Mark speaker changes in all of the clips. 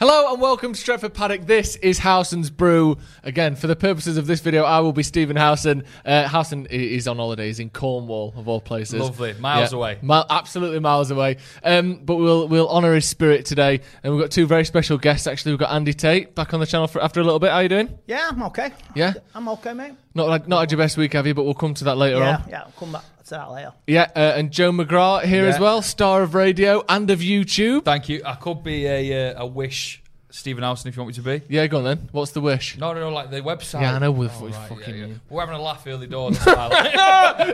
Speaker 1: Hello and welcome to Stretford Paddock. This is Howson's Brew. Again, for the purposes of this video, I will be Stephen Howson. Uh, Howson i- is on holidays in Cornwall, of all places.
Speaker 2: Lovely. Miles away.
Speaker 1: Mi- absolutely miles away. Um, but we'll we'll honour his spirit today. And we've got two very special guests, actually. We've got Andy Tate back on the channel for, after a little bit. How you doing?
Speaker 3: Yeah, I'm okay.
Speaker 1: Yeah?
Speaker 3: I'm okay, mate.
Speaker 1: Not like, not had your best week, have you? But we'll come to that later
Speaker 3: Yeah,
Speaker 1: on.
Speaker 3: yeah, I'll come back to that later.
Speaker 1: Yeah, uh, and Joe McGrath here as
Speaker 2: Yeah.
Speaker 1: well, star of radio and of YouTube.
Speaker 2: Thank you. I could be a, uh, a wish Stephen Alston if you want me to be.
Speaker 1: Yeah, go on then. What's the wish?
Speaker 2: No, no, no, like the website. Oh,
Speaker 1: Yeah, I know what you fucking mean.
Speaker 2: We're having a laugh early doors. as well.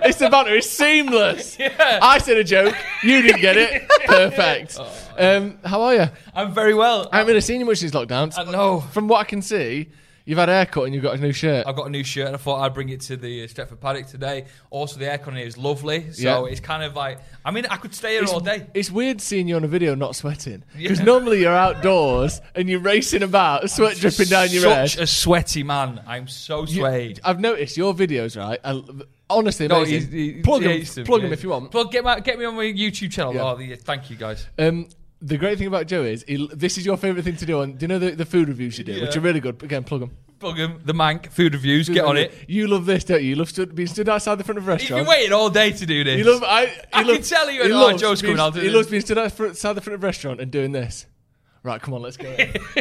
Speaker 1: It's the banter. It's seamless. I said a joke. You didn't get it. Perfect. Um, how are you?
Speaker 2: Oh, I'm very well.
Speaker 1: I haven't really seen you much since lockdown.
Speaker 2: I know.
Speaker 1: From what I can see, you've had a haircut and you've got a new shirt.
Speaker 2: I've got a new shirt and I thought I'd bring it to the uh, Stretford Paddock today. Also, the aircon here is lovely. So
Speaker 1: Yeah.
Speaker 2: it's kind of like, I mean, I could stay here
Speaker 1: It's-
Speaker 2: all day.
Speaker 1: It's weird seeing you on a video not sweating because normally you're outdoors and you're racing about, sweat dripping down your
Speaker 2: Such
Speaker 1: head.
Speaker 2: a sweaty man. I'm so
Speaker 1: You-
Speaker 2: sweaty.
Speaker 1: I've noticed your videos, right? I, honestly, amazing. plug them, plug 'em if you want.
Speaker 2: Plug, get, my, get me on my YouTube channel.
Speaker 1: Yeah.
Speaker 2: Oh, the, thank you, guys.
Speaker 1: Um, the great thing about Joe is he, this is your favourite thing to do. On do you know the, the food reviews you do, which
Speaker 2: Yeah.
Speaker 1: are really good. Again, plug them.
Speaker 2: Plug him, the Mank, food reviews. get on it.
Speaker 1: You love this, don't you? You love stood, being stood outside the front of a
Speaker 2: You've been
Speaker 1: restaurant.
Speaker 2: waiting all day to do this.
Speaker 1: You love. I, he
Speaker 2: I can
Speaker 1: loves-
Speaker 2: tell you
Speaker 1: he
Speaker 2: and, oh,
Speaker 1: loves
Speaker 2: Joe's
Speaker 1: being-
Speaker 2: coming, I'll do
Speaker 1: He
Speaker 2: this.
Speaker 1: loves being stood out- outside the front of a restaurant and doing this. Right, come on, let's go.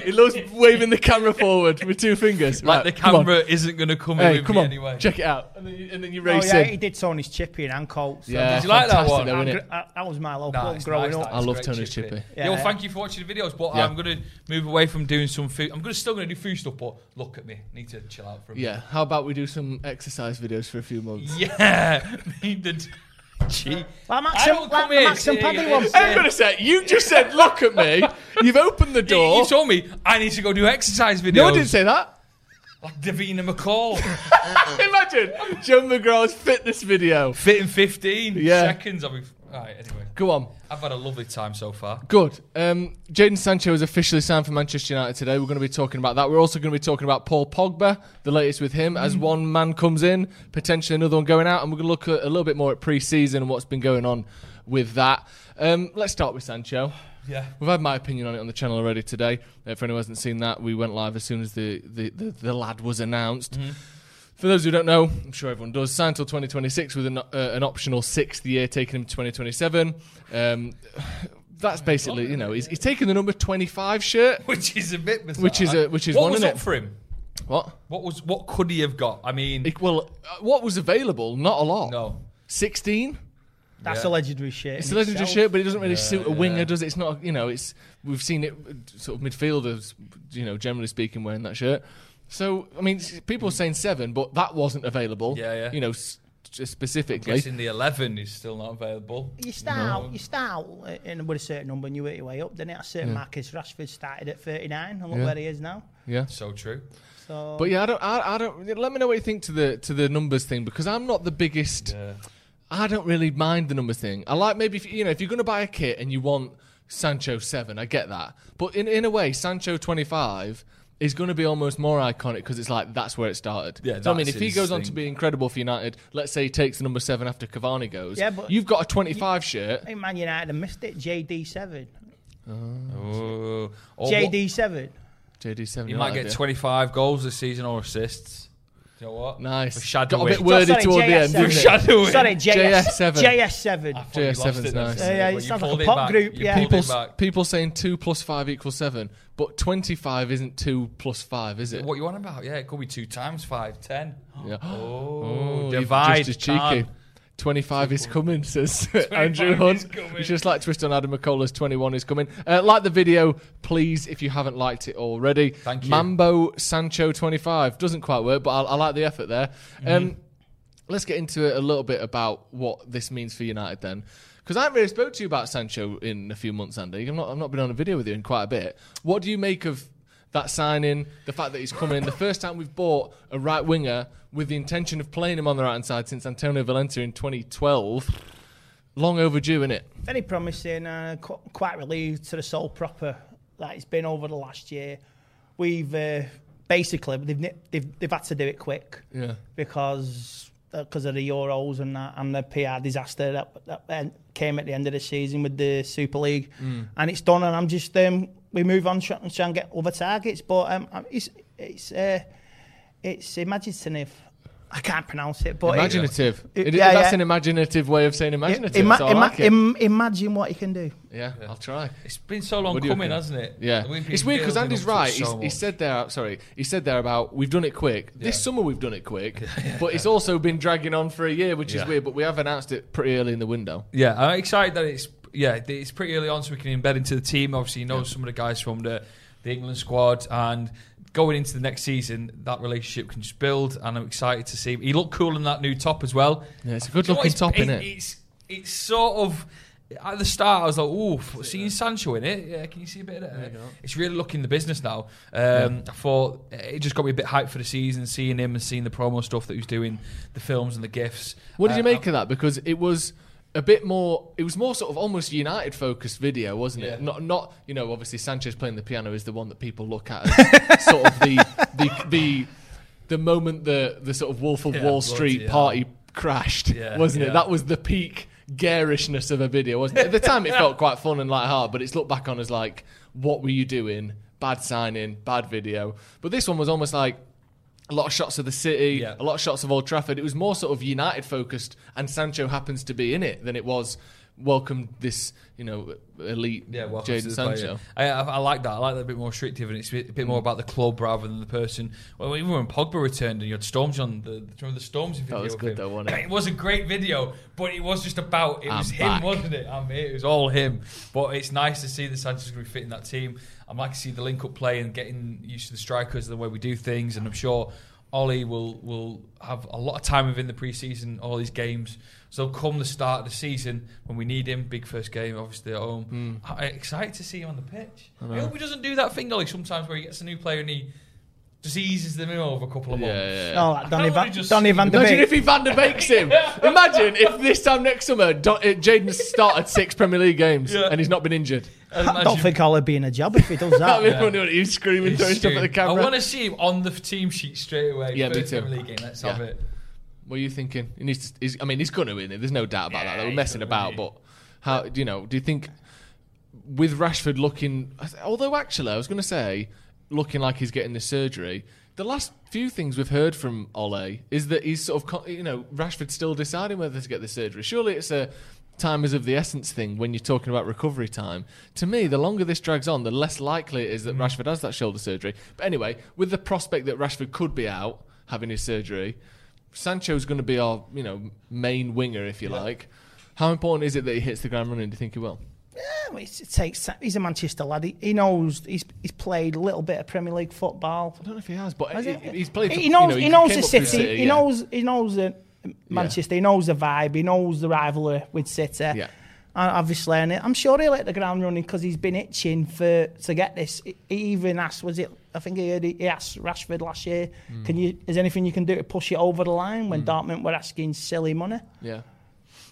Speaker 1: he loves waving the camera forward with two fingers.
Speaker 2: like
Speaker 1: Right,
Speaker 2: the
Speaker 1: Uh, come on.
Speaker 2: camera isn't going to come
Speaker 1: Hey,
Speaker 2: with
Speaker 1: come
Speaker 2: me
Speaker 1: on,
Speaker 2: anyway.
Speaker 1: check it out, and then, you- and then you
Speaker 3: Oh,
Speaker 1: race
Speaker 3: yeah,
Speaker 1: it.
Speaker 3: he did Tony's Chippy and Ancolt. So
Speaker 1: Yeah,
Speaker 2: Did you like that
Speaker 1: fantastic
Speaker 2: one?
Speaker 1: though,
Speaker 3: I
Speaker 1: innit?
Speaker 3: gr- I- that was my love
Speaker 2: Nah,
Speaker 3: one
Speaker 2: it's
Speaker 3: growing
Speaker 2: nice,
Speaker 3: up.
Speaker 2: that.
Speaker 1: I
Speaker 2: It's
Speaker 1: love
Speaker 2: great
Speaker 1: Tony's chippy.
Speaker 2: Yeah,
Speaker 3: Yeah.
Speaker 2: well, thank you for watching the videos, but
Speaker 1: Yeah.
Speaker 2: I'm going to move away from doing some food. I'm gonna, still going to do food stuff, but look at me. Need to chill out for a minute.
Speaker 1: Yeah. How about we do some exercise videos for a few months?
Speaker 2: Yeah. Need to- Gee.
Speaker 3: Like Max
Speaker 2: I
Speaker 3: and-
Speaker 2: don't
Speaker 3: like
Speaker 2: come here
Speaker 3: Max and
Speaker 2: saying
Speaker 3: Paddy
Speaker 2: this.
Speaker 3: ones.
Speaker 1: Hang on a sec. You just said, "Look at me." You've opened the
Speaker 2: You,
Speaker 1: door.
Speaker 2: you told me I need to go do exercise videos.
Speaker 1: no, I didn't say that.
Speaker 2: Like Davina McCall.
Speaker 1: Imagine Joe McGraw's fitness video.
Speaker 2: Fit in 15
Speaker 1: Yeah.
Speaker 2: seconds. I'll be. Alright, anyway.
Speaker 1: Go on.
Speaker 2: I've had a lovely time so far.
Speaker 1: Good. Um, Jaden Sancho is officially signed for Manchester United today. We're going to be talking about that. We're also going to be talking about Paul Pogba, the latest with him, as one man comes in, potentially another one going out. And we're going to look at, a little bit more at pre season and what's been going on with that. Um, let's start with Sancho.
Speaker 2: Yeah.
Speaker 1: We've had my opinion on it on the channel already today. Uh, for anyone who hasn't seen that, we went live as soon as the, the, the, the lad was announced. For those who don't know, I'm sure everyone does, signed till 2026 with an, uh, an optional sixth year, taking him to 2027. Um, that's basically, you know, he's, he's taking the number 25 shirt.
Speaker 2: Which is a bit bizarre.
Speaker 1: Which is a- which is
Speaker 2: what
Speaker 1: one,
Speaker 2: was
Speaker 1: innit?
Speaker 2: up for him?
Speaker 1: What?
Speaker 2: What was what could he have got? I mean,
Speaker 1: It- well, uh, what was available? Not a lot.
Speaker 2: no.
Speaker 1: 16?
Speaker 3: That's
Speaker 2: Yeah.
Speaker 3: a legendary shit.
Speaker 1: It's
Speaker 3: in
Speaker 1: a legendary
Speaker 3: itself.
Speaker 1: shirt, but it doesn't really suit a winger, does it? It's not, you know, it's we've seen it uh, sort of midfielders, you know, generally speaking, wearing that shirt. So I mean, s- people are saying seven, but that wasn't available.
Speaker 2: Yeah, yeah.
Speaker 1: You know, s- just specifically.
Speaker 2: Guessing the 11 is still not available.
Speaker 3: You start out, you start out in with a certain number and you work your way up. Then at a certain Marcus Rashford started at 39 and look
Speaker 1: Yeah.
Speaker 3: where he is now.
Speaker 1: Yeah.
Speaker 2: So true.
Speaker 3: So
Speaker 1: But yeah, I don't, I, I don't. Let me know what you think to the to the numbers thing because I'm not the biggest. I don't really mind the numbers thing. I like maybe if, you know if you're going to buy a kit and you want Sancho seven, I get that. But in in a way, Sancho twenty five is going to be almost more iconic because it's like that's where it started.
Speaker 2: Yeah,
Speaker 1: So, I mean,
Speaker 2: that's
Speaker 1: if he
Speaker 2: his
Speaker 1: goes on to
Speaker 2: thing.
Speaker 1: be incredible for United, let's say he takes the number seven after Cavani goes.
Speaker 3: Yeah, but-
Speaker 1: you've got a twenty five shirt.
Speaker 3: I think Man United have missed it. JD7.
Speaker 1: Mm.
Speaker 2: Oh, Or what-
Speaker 3: JD7.
Speaker 1: JD seven.
Speaker 2: He might get 25 goals this season or assists. Do you know what?
Speaker 1: Nice.
Speaker 2: For
Speaker 1: Got a
Speaker 2: shadowing.
Speaker 1: bit wordy
Speaker 3: sorry,
Speaker 1: toward the end.
Speaker 3: JS7.
Speaker 1: Didn't
Speaker 2: For
Speaker 1: it?
Speaker 2: shadowing.
Speaker 3: Sorry, JS7.
Speaker 1: JS7.
Speaker 3: JS7.
Speaker 2: I thought you lost
Speaker 1: JS7's
Speaker 2: it then,
Speaker 1: nice.
Speaker 2: didn't you?
Speaker 3: Yeah,
Speaker 2: But
Speaker 3: yeah, it
Speaker 2: you
Speaker 3: sounds like
Speaker 2: pulled
Speaker 3: a
Speaker 2: it
Speaker 3: pop
Speaker 2: back.
Speaker 3: group,
Speaker 2: You
Speaker 3: yeah.
Speaker 2: pulled it
Speaker 1: people,
Speaker 2: back.
Speaker 1: people saying two plus five equals seven, but twenty five isn't two plus five, is it?
Speaker 2: What you on about? Yeah, it could be two times five, ten.
Speaker 1: Yeah.
Speaker 2: Oh,
Speaker 1: you're
Speaker 2: divide.
Speaker 1: Just as
Speaker 2: can't.
Speaker 1: cheeky. Twenty five is coming, says Andrew
Speaker 2: 25
Speaker 1: Hunt.
Speaker 2: is coming.
Speaker 1: It's just like twist on Adam McCullough's twenty one is coming. Uh, like the video, please, if you haven't liked it already.
Speaker 2: Thank you. Mm-hmm.
Speaker 1: Mambo Sancho twenty five doesn't quite work, but I, I like the effort there. Um, let's get into it a little bit about what this means for United then. Because I haven't really spoke to you about Sancho in a few months, Andy. I've not, I've not been on a video with you in quite a bit. What do you make of that signing, the fact that he's coming, the first time we've bought a right winger with the intention of playing him on the right hand side since Antonio Valencia in 2012? Long overdue, innit?
Speaker 3: very promising and qu- quite relieved to the sole proper that it's been over the last year. We've uh, basically they've, ni- they've they've had to do it quick
Speaker 1: Yeah.
Speaker 3: because because of the Euros and that and the PR disaster that that en- came at the end of the season with the Super League,
Speaker 1: Mm.
Speaker 3: and it's done. And I'm just um, we move on tr- and try and get other targets, but um, I'm- it's it's uh, it's imaginative. I can't pronounce it, but it-
Speaker 1: Imaginative.
Speaker 3: It-
Speaker 1: It-
Speaker 3: yeah,
Speaker 1: that's
Speaker 3: yeah.
Speaker 1: an imaginative way of saying imaginative.
Speaker 3: Ima-
Speaker 1: so I
Speaker 3: ima-
Speaker 1: like it.
Speaker 3: im- imagine what he can do.
Speaker 1: yeah, I'll try.
Speaker 2: It's been so long
Speaker 1: What do you
Speaker 2: coming,
Speaker 1: reckon?
Speaker 2: hasn't it?
Speaker 1: Yeah,
Speaker 2: We've been
Speaker 1: it's weird because
Speaker 2: building
Speaker 1: Andy's
Speaker 2: up to it
Speaker 1: right.
Speaker 2: so
Speaker 1: He's, he
Speaker 2: much.
Speaker 1: said there, sorry, he said there about we've done it quick. This
Speaker 2: Yeah.
Speaker 1: summer we've done it quick, but it's also been dragging on for a year, which
Speaker 2: Yeah.
Speaker 1: is weird. But we have announced it pretty early in the window.
Speaker 2: Yeah, I'm excited that it's yeah that it's pretty early on, so we can embed into the team. Obviously, you know some of the guys from the the England squad, and going into the next season, that relationship can just build. And I'm excited to see. He looked cool in that new top as well.
Speaker 1: Yeah, it's a
Speaker 2: Do you know
Speaker 1: good-looking
Speaker 2: what?
Speaker 1: top,
Speaker 2: It's-
Speaker 1: innit?
Speaker 2: It's it's sort of. At the start, I was like, "Ooh, seeing Sancho in it, yeah, can you see a bit of that?" It's really looking the business now. Um, I thought it just got me a bit hyped for the season, seeing him and seeing the promo stuff that he was doing, the films and the gifs.
Speaker 1: What did
Speaker 2: Uh,
Speaker 1: you make of that? Because it was a bit more. It was more sort of almost United focused video, wasn't it?
Speaker 2: Yeah.
Speaker 1: Not not you know obviously Sanchez playing the piano is the one that people look at as sort of the the the, the moment the the sort of Wolf of
Speaker 2: Yeah,
Speaker 1: Wall
Speaker 2: bloody
Speaker 1: Street
Speaker 2: hell.
Speaker 1: party crashed,
Speaker 2: Yeah,
Speaker 1: wasn't
Speaker 2: yeah.
Speaker 1: it? That was the peak garishness of a video, wasn't it? At the time, it felt quite fun and light hard, but it's looked back on as like, what were you doing? Bad signing, bad video. But this one was almost like a lot of shots of the city,
Speaker 2: Yeah.
Speaker 1: a lot of shots of Old Trafford. It was more sort of United focused, and Sancho happens to be in it than it was welcome this you know elite
Speaker 2: Yeah, welcome to
Speaker 1: Jadon
Speaker 2: the
Speaker 1: Sancho.
Speaker 2: Sancho. I, I, I like that. I like that a bit more restrictive, and it's a bit, a bit more about the club rather than the person. Well, even when Pogba returned and you had Storms on the, do you remember the Storms video.
Speaker 1: was
Speaker 2: of
Speaker 1: good
Speaker 2: him?
Speaker 1: though, wasn't it?
Speaker 2: It was a great video, but it was just about it
Speaker 1: I'm
Speaker 2: was him,
Speaker 1: back.
Speaker 2: wasn't it? I mean, it was all him. But it's nice to see that Sancho's going to be fitting that team. I'm like to see the link up play and getting used to the strikers and the way we do things, and I'm sure. Ollie will will have a lot of time within the preseason, all these games. So come the start of the season when we need him, big first game, obviously at
Speaker 1: Hmm.
Speaker 2: home. I, I'm excited to see him on the pitch. I, hope he doesn't do that thing, Ollie, sometimes where he gets a new player and he just eases them in over a couple of
Speaker 1: Yeah,
Speaker 2: months.
Speaker 1: yeah, yeah.
Speaker 3: Oh, like Donny
Speaker 2: How
Speaker 3: Van,
Speaker 2: would he just-
Speaker 3: Donny Van de
Speaker 1: Imagine
Speaker 3: Beek.
Speaker 1: if he Van der Beek's him. Imagine if this time next summer Do- uh, Jaden's started six Premier League games
Speaker 2: Yeah.
Speaker 1: and he's not been injured.
Speaker 2: I'd
Speaker 3: I don't
Speaker 2: imagine-
Speaker 3: think I'll be in a job if he does
Speaker 1: That'd be
Speaker 3: that.
Speaker 1: funny. wouldn't it? He's screaming, throwing stuff at the
Speaker 2: I
Speaker 1: camera.
Speaker 2: want to see him on the team sheet straight away.
Speaker 1: Yeah, me
Speaker 2: First
Speaker 1: too.
Speaker 2: Premier League game, let's
Speaker 1: Yeah.
Speaker 2: have it.
Speaker 1: What are you thinking? He needs to. He's, I mean, he's going to win it. There's no doubt about that.
Speaker 2: Yeah,
Speaker 1: They were
Speaker 2: he's
Speaker 1: messing
Speaker 2: gonna
Speaker 1: about,
Speaker 2: win
Speaker 1: but how do you know? Do you think with Rashford looking? Although actually, I was going to say looking like he's getting the surgery. The last few things we've heard from Ole is that he's sort of co- you know Rashford's still deciding whether to get the surgery. Surely it's a time is of the essence thing when you're talking about recovery time. To me, the longer this drags on, the less likely it is that Rashford has that shoulder surgery. But anyway, with the prospect that Rashford could be out having his surgery, Sancho's going to be our, you know, main winger, if you like. How important is it that he hits the ground running? Do you think he will?
Speaker 3: Yeah, it's- it takes. ti- He's a Manchester lad. He, he knows. He's he's played a little bit of Premier League football.
Speaker 1: I don't know if he has, but
Speaker 3: Has
Speaker 1: he,
Speaker 3: he?
Speaker 1: he's played. for-
Speaker 3: He
Speaker 1: you
Speaker 3: knows.
Speaker 1: know,
Speaker 3: he knows
Speaker 1: came
Speaker 3: the
Speaker 1: up through
Speaker 3: city. He
Speaker 1: yeah.
Speaker 3: knows. He knows the Manchester. He knows the vibe. He knows the rivalry with City.
Speaker 1: Yeah.
Speaker 3: And obviously, and I'm sure he'll hit the ground running because he's been itching for to get this. He he even asked, was it? I think he, heard, he asked Rashford last year,
Speaker 1: Hmm.
Speaker 3: "Can you? Is there anything you can do to push it over the line?" When Dortmund were asking silly money.
Speaker 1: Yeah.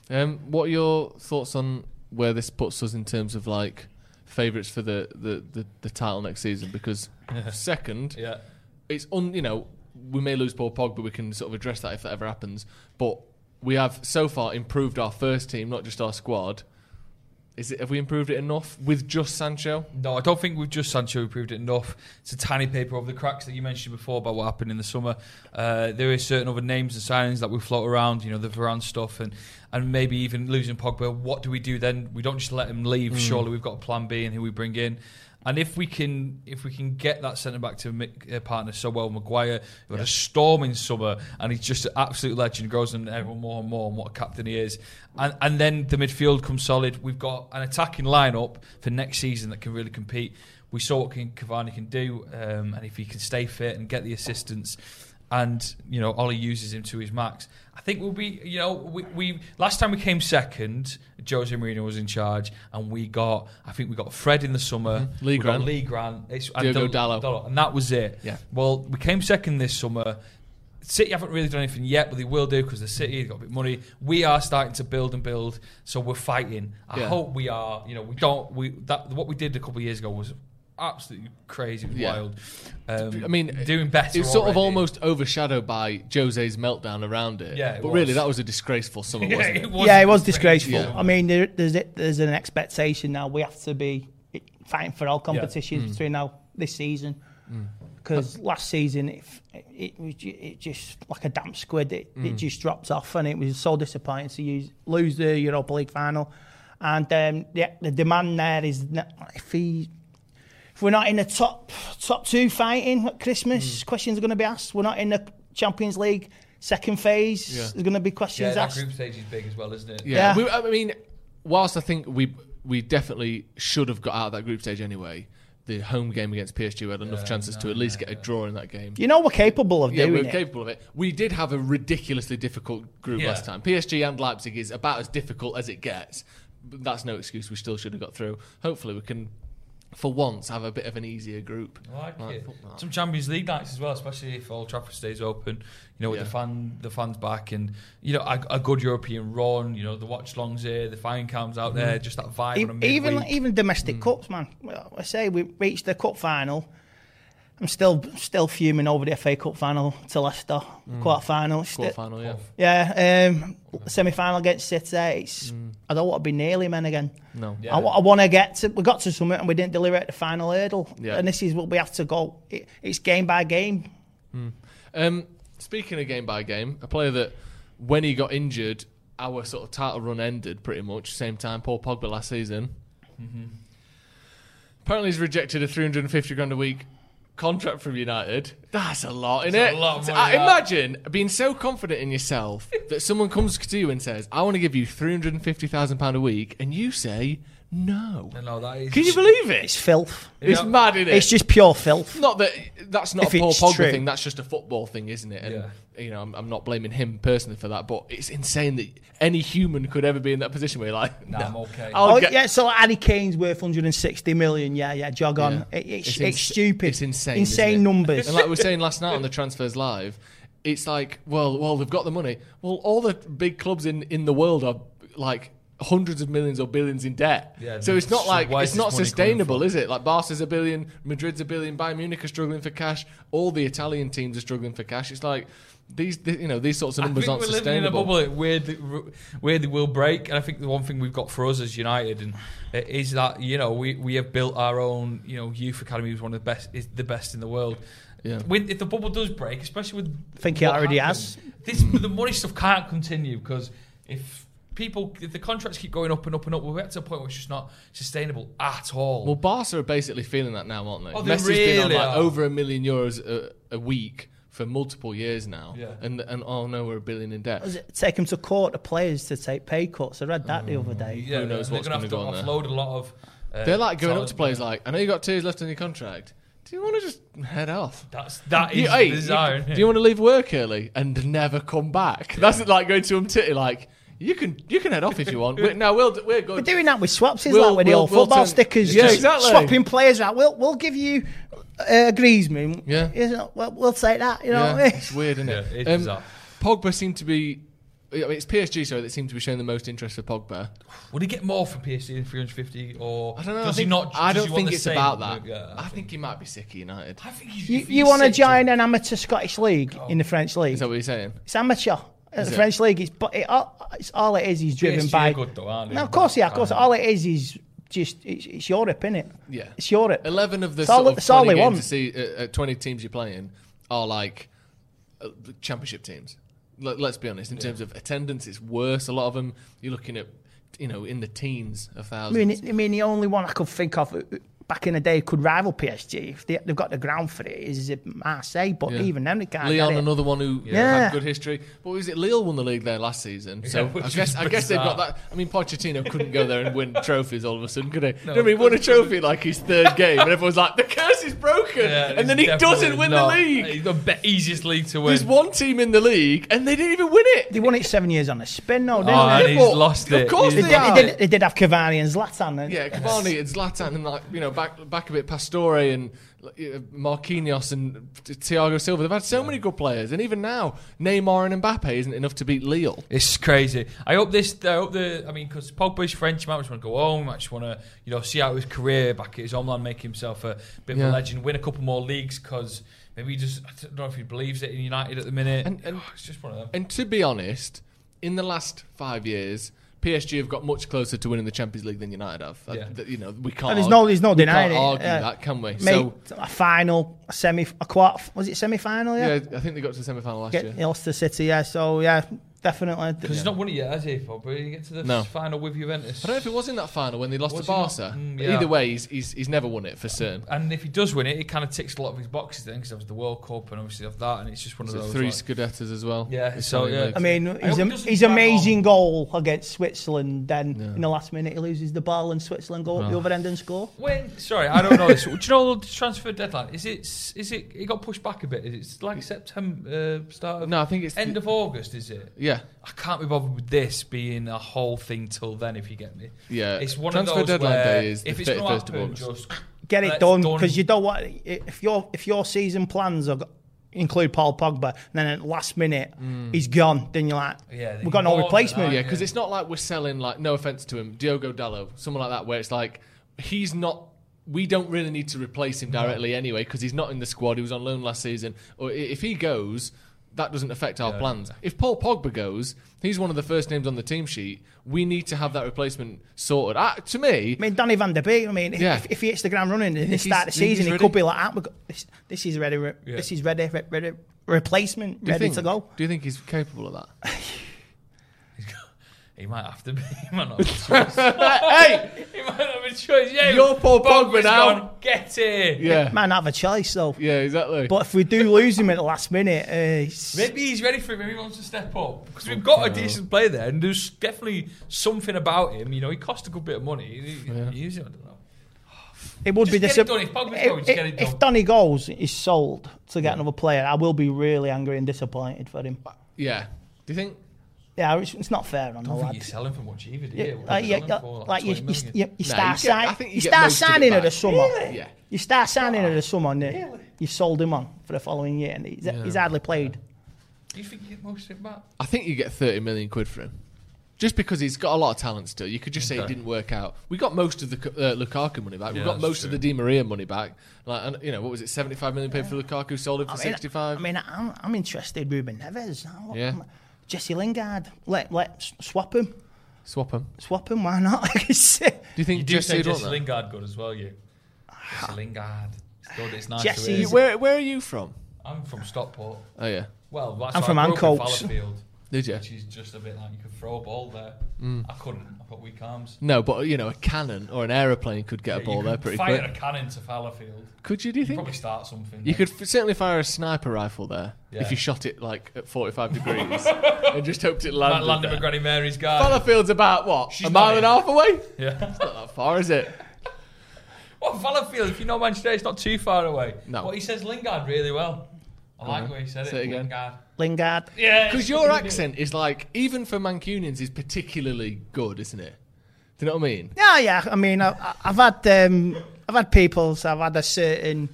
Speaker 1: Um, what are your thoughts on where this puts us in terms of like favourites for the, the, the, the title next season? Because second,
Speaker 2: Yeah.
Speaker 1: it's un you know we may lose Paul Pogba, we can sort of address that if that ever happens. But we have so far improved our first team, not just our squad. Is it have we improved it enough with just Sancho?
Speaker 2: No, I don't think we've just Sancho improved it enough. It's a tiny paper over the cracks that you mentioned before about what happened in the summer. Uh, there are certain other names and signings that we float around, you know, the Varane stuff and, and maybe even losing Pogba. What do we do then? We don't just let him leave. Surely we've got a plan B and who we bring in. And if we can, if we can get that centre back to mi- uh, partner so well, Maguire, who had a storming summer, and he's just an absolute legend, grows on everyone more and more, and what a captain he is. And and then the midfield comes solid. We've got an attacking lineup for next season that can really compete. We saw what can, Cavani can do, um, and if he can stay fit and get the assistance. I- and you know Ollie uses him to his max. I think we'll be you know we, we last time we came second, Jose Mourinho was in charge, and we got I think we got Fred in the summer,
Speaker 1: Lee
Speaker 2: we got
Speaker 1: Grant.
Speaker 2: Lee Grant, it's, and
Speaker 1: Diogo
Speaker 2: Dal-
Speaker 1: Dallo.
Speaker 2: Dallo, and that was it.
Speaker 1: Yeah.
Speaker 2: Well, we came second this summer. City haven't really done anything yet, but they will do because the City have got a bit of money. We are starting to build and build, so we're fighting. I
Speaker 1: Yeah.
Speaker 2: hope we are. You know, we don't. We that what we did a couple of years ago was absolutely crazy, it was
Speaker 1: Yeah.
Speaker 2: wild. Um,
Speaker 1: I mean,
Speaker 2: doing better.
Speaker 1: It's sort of
Speaker 2: already.
Speaker 1: almost overshadowed by Jose's meltdown around it.
Speaker 2: Yeah, it
Speaker 1: but
Speaker 2: was.
Speaker 1: really, that was a disgraceful summer,
Speaker 2: Yeah,
Speaker 1: wasn't it?
Speaker 2: was
Speaker 3: yeah, it was disgraceful.
Speaker 1: Yeah.
Speaker 3: I mean, there, there's a- there's an expectation now. We have to be fighting for all competitions
Speaker 1: Mm.
Speaker 3: between now this season. Because last season it, it was ju- it just like a damp squid. It,
Speaker 1: Mm.
Speaker 3: it just dropped off, and it was so disappointing to use, lose the Europa League final. And um, yeah, the demand there is n- if he if we're not in the top top two fighting at Christmas,
Speaker 1: Mm.
Speaker 3: questions are going to be asked. We're not in the Champions League second phase.
Speaker 1: Yeah.
Speaker 3: There's going to be
Speaker 2: Yeah,
Speaker 3: questions
Speaker 2: that
Speaker 3: asked.
Speaker 2: group stage is big as well, isn't it?
Speaker 1: Yeah.
Speaker 3: Yeah.
Speaker 1: We, I mean, whilst I think we we definitely should have got out of that group stage anyway, the home game against PSG we had enough chances to at least get a draw in that game.
Speaker 3: You know we're capable of
Speaker 1: Yeah, we
Speaker 3: doing
Speaker 1: were
Speaker 3: it.
Speaker 1: capable of it. We did have a ridiculously difficult group
Speaker 2: Yeah.
Speaker 1: last time. PSG and Leipzig is about as difficult as it gets. But that's no excuse. We still should have got through. Hopefully, we can, for once, have a bit of an easier group.
Speaker 2: I like
Speaker 1: Like,
Speaker 2: it.
Speaker 1: fuck that.
Speaker 2: Some Champions League nights as well, especially if Old Trafford stays open. You know, with
Speaker 1: Yeah.
Speaker 2: the fan, the fans back, and you know a, a good European run. You know, the watch longs here, the fine cams
Speaker 1: Mm-hmm.
Speaker 2: out there, just that vibe. on a
Speaker 3: E-
Speaker 2: midweek.
Speaker 3: Even even
Speaker 1: Hmm.
Speaker 3: domestic cups, man. Well, I say we reached the cup final. I'm still still fuming over the FA Cup final to Leicester quarter final.
Speaker 1: Hmm. Quarter final, yeah.
Speaker 2: Oh.
Speaker 3: Yeah, um, semi final against City. It's,
Speaker 1: Hmm.
Speaker 3: I don't want to be nearly men again.
Speaker 1: No.
Speaker 3: I, want to get to. We got to summit and we didn't deliver at the final hurdle.
Speaker 1: Yeah.
Speaker 3: And this is what we have to go. It, it's game by game.
Speaker 1: Um, speaking of game by game, a player that when he got injured, our sort of title run ended pretty much same time. Paul Pogba last season.
Speaker 2: Mm-hmm.
Speaker 1: Apparently, he's rejected a 350 grand a week contract from United. That's a lot, isn't it?
Speaker 2: a lot of
Speaker 1: So,
Speaker 2: money,
Speaker 1: I-
Speaker 2: that.
Speaker 1: imagine being so confident in yourself that someone comes to you and says, "I want to give you 350 thousand pound a week," and you say no.
Speaker 2: And no, that is.
Speaker 1: Can you believe
Speaker 3: It's
Speaker 1: it?
Speaker 3: filth.
Speaker 1: It's
Speaker 2: Yeah.
Speaker 1: mad, isn't it?
Speaker 3: It's just pure filth.
Speaker 1: Not that that's not
Speaker 3: If
Speaker 1: a Paul
Speaker 3: it's
Speaker 1: Pogba
Speaker 3: true.
Speaker 1: thing. That's just a football thing, isn't it? And
Speaker 2: Yeah.
Speaker 1: you know, I'm, I'm not blaming him personally for that, but it's insane that any human could ever be in that position where you're like,
Speaker 2: Nah, I'm okay.
Speaker 1: I'll
Speaker 3: Oh
Speaker 1: get-
Speaker 3: yeah, so like Harry Kane's worth 160 million. Yeah, yeah, jog on.
Speaker 1: Yeah.
Speaker 3: It, it's,
Speaker 1: It's
Speaker 3: it's,
Speaker 1: ins-
Speaker 3: stupid.
Speaker 1: it's insane, isn't
Speaker 3: Insane
Speaker 1: it?
Speaker 3: numbers.
Speaker 1: And like we were saying last night on the transfers live, it's like, well, well, they've got the money. Well, all the big clubs in in the world are like hundreds of millions or billions in debt.
Speaker 2: Yeah,
Speaker 1: so it's not
Speaker 2: so
Speaker 1: like
Speaker 2: why is
Speaker 1: it's not
Speaker 2: this money coming
Speaker 1: sustainable,
Speaker 2: from?
Speaker 1: is it? Like Barca's a billion, Madrid's a billion, Bayern Munich are struggling for cash. All the Italian teams are struggling for cash. It's like these, th you know, these sorts of
Speaker 2: I think
Speaker 1: numbers
Speaker 2: we're
Speaker 1: aren't
Speaker 2: living in a
Speaker 1: sustainable.
Speaker 2: bubble that weirdly, weirdly will break. And I think the one thing we've got for us as United and uh, is that you know we, we have built our own you know youth academy is one of the best is the best in the world.
Speaker 1: Yeah.
Speaker 2: When, if the bubble does break, especially with
Speaker 3: I think it
Speaker 2: what
Speaker 3: already
Speaker 2: happens, This the money stuff can't continue because if people if the contracts keep going up and up and up, we'll get to a point where it's just not sustainable at all.
Speaker 1: Well, Barca are basically feeling that now, aren't they?
Speaker 2: Oh, they
Speaker 1: Messi's been on
Speaker 2: really
Speaker 1: like
Speaker 2: are.
Speaker 1: over a million euros a, a week for multiple years now,
Speaker 2: Yeah.
Speaker 1: and and oh no, we're a billion in debt.
Speaker 3: Was it Take them to court, the players to take pay cuts. I read that the other day.
Speaker 2: yeah,
Speaker 1: who knows
Speaker 2: they're
Speaker 1: what's
Speaker 2: gonna have to
Speaker 1: gonna go
Speaker 2: offload a lot of. Uh,
Speaker 1: They're like going up
Speaker 2: talent.
Speaker 1: to players like, I know you got two years left on your contract. Do you want to just head off?
Speaker 2: That's that is
Speaker 1: You- hey,
Speaker 2: the
Speaker 1: you-
Speaker 2: zone.
Speaker 1: do you want to leave work early and never come back? That's like going to Umtiti like you can you can head off if you want. we no, we'll d- we're
Speaker 3: We're
Speaker 1: good.
Speaker 3: doing that with swaps, is
Speaker 1: We'll-
Speaker 3: like with
Speaker 1: we'll-
Speaker 3: the old
Speaker 1: we'll
Speaker 3: football
Speaker 1: turn-
Speaker 3: stickers.
Speaker 1: Yeah,
Speaker 3: just
Speaker 1: exactly.
Speaker 3: Swapping players out. We'll we'll give you uh, Griezmann.
Speaker 1: Yeah.
Speaker 3: You know, we'll, we'll take that. You know
Speaker 1: Yeah,
Speaker 3: what I mean?
Speaker 1: it's weird, isn't it? Um,
Speaker 2: Yeah, it's bizarre.
Speaker 1: Pogba seemed to be. I mean, it's PSG, sorry, that seemed to be showing the most interest for Pogba.
Speaker 2: Would he get more for PSG than 350, or
Speaker 1: I don't know.
Speaker 2: does
Speaker 1: I think,
Speaker 2: he not?
Speaker 1: I
Speaker 2: does
Speaker 1: don't
Speaker 2: he want
Speaker 1: think
Speaker 2: the
Speaker 1: it's
Speaker 2: same?
Speaker 1: about that.
Speaker 2: Yeah,
Speaker 1: I think he might be sick at United.
Speaker 2: I think he's,
Speaker 3: You,
Speaker 2: if
Speaker 3: you
Speaker 2: he's
Speaker 3: want to
Speaker 2: sick,
Speaker 3: join an amateur Scottish league in the French league?
Speaker 1: Is that what you're saying?
Speaker 3: It's amateur. It's
Speaker 1: it?
Speaker 3: the French league. It's but it, all, it's all it is. He's driven
Speaker 2: PSG
Speaker 3: by.
Speaker 2: are good though, aren't they?
Speaker 3: No, of course, yeah, of course. All it is is just it's, it's Europe, innit?
Speaker 1: Yeah.
Speaker 3: it's Europe.
Speaker 1: Eleven of the
Speaker 3: It's all-
Speaker 1: sort of
Speaker 3: it's all
Speaker 1: 20
Speaker 3: they
Speaker 1: games
Speaker 3: want.
Speaker 1: to see, uh, uh, twenty teams you're playing are like uh, the championship teams. Let, let's be honest. In terms of attendance, it's worse. A lot of them you're looking at, you know, in the teens of
Speaker 3: I
Speaker 1: thousands.
Speaker 3: mean, I mean, the only one I could think of who- back in the day could rival PSG if they, they've got the ground for it. Is it Marseille? But
Speaker 1: Yeah.
Speaker 3: even them, they can't.
Speaker 1: Leon,
Speaker 3: get it.
Speaker 1: another one who
Speaker 3: Yeah.
Speaker 1: had good history. But was it Lille won the league there last season? So
Speaker 2: which
Speaker 1: I
Speaker 2: is
Speaker 1: guess I guess they've got
Speaker 2: bizarre.
Speaker 1: that. I mean, Pochettino couldn't go there and win trophies all of a sudden, could he? No, he won a trophy like his third game, and everyone's like, "The curse is broken,"
Speaker 2: Yeah,
Speaker 1: and then he
Speaker 2: definitely
Speaker 1: doesn't win
Speaker 2: not.
Speaker 1: the league.
Speaker 2: He's The be- easiest league to win.
Speaker 1: There's one team in the league, and they didn't even win it.
Speaker 3: They won it seven years on a spin, though, didn't
Speaker 2: Oh,
Speaker 3: they?
Speaker 2: and he's
Speaker 1: Well,
Speaker 2: lost it.
Speaker 1: Of course
Speaker 3: They
Speaker 1: they,
Speaker 2: He's-
Speaker 3: did,
Speaker 1: are.
Speaker 3: they, did, they did have Cavani and Zlatan. Then.
Speaker 1: Yeah, Cavani and Zlatan and like you know back back a bit Pastore and like, you know, Marquinhos and Thiago Silva. They've had so many good players, and even now Neymar and Mbappe isn't enough to beat Lille.
Speaker 2: It's crazy. I hope this. I hope the. I mean, because Pogba's French, you might just want to go home. I just want to, you know, see out his career back at his homeland, make himself a bit of
Speaker 1: Yeah.
Speaker 2: a legend, win a couple more leagues. Because maybe he just. I don't know if he believes it in United at the minute. Oh,
Speaker 1: And- and-
Speaker 2: it's just one of them.
Speaker 1: And to be honest, in the last five years, PSG have got much closer to winning the Champions League than United have. Uh,
Speaker 2: Yeah.
Speaker 1: th- you know, we can't.
Speaker 3: And there's no- there's no
Speaker 1: we can't
Speaker 3: denying it.
Speaker 1: argue
Speaker 3: Yeah.
Speaker 1: that, can we?
Speaker 3: Mate,
Speaker 1: so
Speaker 3: a final, a semi, a quarter, was it semi final? Yeah.
Speaker 1: yeah, I think they got to the semi-final last
Speaker 3: Get
Speaker 1: year.
Speaker 3: Ulster City, yeah. So, yeah, definitely.
Speaker 2: Because he's not won it yet, has he? Pogba, he get to the
Speaker 1: No.
Speaker 2: final with Juventus.
Speaker 1: I don't know if it was in that final when they lost
Speaker 2: Was
Speaker 1: to
Speaker 2: he not?
Speaker 1: Barca.
Speaker 2: Mm,
Speaker 1: But
Speaker 2: yeah.
Speaker 1: Either way, he's, he's he's never won it for certain.
Speaker 2: and if he does win it, it kind of ticks a lot of his boxes then, because was the World Cup and obviously of that, and it's just one
Speaker 1: So
Speaker 2: of those.
Speaker 1: three
Speaker 2: like-
Speaker 1: Scudettos as well.
Speaker 2: Yeah,
Speaker 1: It's
Speaker 2: so,
Speaker 1: only
Speaker 2: yeah.
Speaker 1: like-
Speaker 3: I mean,
Speaker 2: I
Speaker 3: his,
Speaker 2: hope he
Speaker 3: am,
Speaker 2: doesn't
Speaker 3: his
Speaker 2: drag
Speaker 3: amazing
Speaker 2: on.
Speaker 3: goal against Switzerland, then in the last minute he loses the ball and Switzerland go up the other end and score.
Speaker 2: When sorry, I don't know this. Do you know the transfer deadline? Is it is it? It got pushed back a bit. Is it like September uh, start of
Speaker 1: no, I think it's
Speaker 2: end of August? Is it?
Speaker 1: yeah,
Speaker 2: I can't be bothered with this being a whole thing till then. If you get me,
Speaker 1: yeah.
Speaker 2: it's one
Speaker 1: Uh, Transfer
Speaker 2: of those
Speaker 1: deadline
Speaker 2: where
Speaker 1: day is the
Speaker 2: if it's gonna
Speaker 1: 31st of
Speaker 2: happen,
Speaker 1: August.
Speaker 2: just
Speaker 3: Get
Speaker 2: let's
Speaker 3: it done because you don't want if your if your season plans are, include Paul Pogba, and then at the last minute
Speaker 1: Mm.
Speaker 3: he's gone. Then you're like,
Speaker 2: Yeah, then
Speaker 3: we've got
Speaker 2: you're
Speaker 3: no
Speaker 2: bored,
Speaker 3: replacement.
Speaker 2: aren't
Speaker 1: Yeah,
Speaker 2: you?
Speaker 1: because it's not like we're selling like no offense to him, Diogo Dallo, someone like that, where it's like he's not. We don't really need to replace him directly anyway because he's not in the squad. He was on loan last season. Or i- if he goes, that doesn't affect our plans. If Paul Pogba goes, he's one of the first names on the team sheet. We need to have that replacement sorted. Uh, to me,
Speaker 3: I mean, Danny Van Der Beek. I mean, if-
Speaker 1: Yeah.
Speaker 3: if, if he hits the ground running and they
Speaker 1: If he's-
Speaker 3: start the
Speaker 1: if he's
Speaker 3: season, he
Speaker 1: ready.
Speaker 3: could be like, ah, we got, this, this is ready. Re, This is ready. Re, ready replacement
Speaker 1: do you,
Speaker 3: ready
Speaker 1: think,
Speaker 3: to go.
Speaker 1: do you think he's capable of that?
Speaker 2: he might have to be. He might not. Have a choice. he might not have a choice. Yeah,
Speaker 1: You're Paul Pogba
Speaker 2: Pogba's
Speaker 1: now.
Speaker 2: gone. Get it.
Speaker 1: Yeah,
Speaker 3: Man, have a choice though.
Speaker 1: yeah, exactly.
Speaker 3: But if we do lose him at the last minute, uh, it's-
Speaker 2: Maybe he's ready for it. Maybe he wants to step up because we've got a decent player there, and there's definitely something about him. You know, he cost a good bit of money. He- he- he's- I don't know.
Speaker 3: it would
Speaker 2: Just
Speaker 3: be
Speaker 2: get it
Speaker 3: disap-
Speaker 2: done. If Pogba's
Speaker 3: If-
Speaker 2: going, just get it
Speaker 3: if
Speaker 2: done.
Speaker 3: Danny goes, is sold to get another player. I will be really angry and disappointed for him.
Speaker 1: yeah, do you think?
Speaker 3: Yeah, it's, it's not fair on the
Speaker 2: I think
Speaker 3: lad.
Speaker 2: you're selling for much either. Do you?
Speaker 3: Yeah,
Speaker 2: What
Speaker 3: like,
Speaker 2: are you
Speaker 3: yeah,
Speaker 2: selling
Speaker 3: yeah,
Speaker 2: for? Like
Speaker 3: like you,
Speaker 2: 20
Speaker 3: you,
Speaker 2: million?
Speaker 3: you, you
Speaker 1: you
Speaker 3: start,
Speaker 1: get- I
Speaker 3: sign,
Speaker 1: think you
Speaker 3: you
Speaker 1: get
Speaker 3: start
Speaker 1: most of it
Speaker 3: signing at
Speaker 1: back.
Speaker 3: the summer.
Speaker 1: Yeah.
Speaker 3: You start signing at the summer and then you sold him on for the following year and he's, he's hardly played.
Speaker 2: Do you think you get most of it back?
Speaker 1: I think you get 30 million quid for him. Just because he's got a lot of talent still. You could just say it didn't work out. We got most of the uh, Lukaku money back. we
Speaker 2: Yeah,
Speaker 1: got
Speaker 2: that's
Speaker 1: most of
Speaker 2: true.
Speaker 1: the Di Maria money back. Like, and, you know, what was it? 75 million paid for Lukaku, sold him for
Speaker 3: I mean,
Speaker 1: 65.
Speaker 3: I mean, I'm, I'm interested Ruben Neves. I-
Speaker 1: Yeah.
Speaker 3: Jesse Lingard. Let, let, swap him.
Speaker 1: Swap him.
Speaker 3: Swap him, why not? Like I said,
Speaker 1: Do you think
Speaker 2: You do
Speaker 1: Jesse
Speaker 2: say
Speaker 1: would want
Speaker 2: Jesse
Speaker 1: that?
Speaker 2: Lingard good as well. You, Jesse Lingard. It's good. It's nice. to
Speaker 3: Ah. Jesse-
Speaker 2: hear.
Speaker 1: You- Where, where are you from?
Speaker 2: I'm from Stockport.
Speaker 1: Oh, yeah.
Speaker 2: Well, that's
Speaker 3: I'm
Speaker 2: why
Speaker 3: from
Speaker 2: I grew up in
Speaker 3: Ancoats.
Speaker 2: Fallowfield,
Speaker 1: Did you?
Speaker 2: which is just a bit like you could throw a ball there.
Speaker 1: Mm.
Speaker 2: I couldn't. I've got weak arms.
Speaker 1: No, but, you know, a cannon or an aeroplane could get a
Speaker 2: You
Speaker 1: ball
Speaker 2: could
Speaker 1: there pretty
Speaker 2: fire
Speaker 1: quick.
Speaker 2: a cannon to Fallowfield.
Speaker 1: Could you, do you
Speaker 2: You
Speaker 1: think?
Speaker 2: probably start something.
Speaker 1: You
Speaker 2: there.
Speaker 1: could f- certainly fire a sniper rifle there
Speaker 2: Yeah.
Speaker 1: if you shot it, like, at 45 degrees and just hoped it
Speaker 2: Might
Speaker 1: landed.
Speaker 2: land him
Speaker 1: there.
Speaker 2: at Granny Mary's garden.
Speaker 1: Fallowfield's about, what,
Speaker 2: She's
Speaker 1: a
Speaker 2: not
Speaker 1: mile and a
Speaker 2: here.
Speaker 1: half away?
Speaker 2: Yeah.
Speaker 1: Not that far, is it?
Speaker 2: Well, Fallowfield, if you know Manchester, it's not too far away.
Speaker 1: No.
Speaker 2: But he says Lingard really well. I like the way he said
Speaker 1: Say it again.
Speaker 2: Lingard.
Speaker 3: Lingard.
Speaker 2: Yeah.
Speaker 1: Because your accent is like, even for Mancunians, is particularly good, isn't it? Do you know what I mean?
Speaker 3: Yeah, yeah. I mean, I, I- I've had um, I've had people. So I've had a certain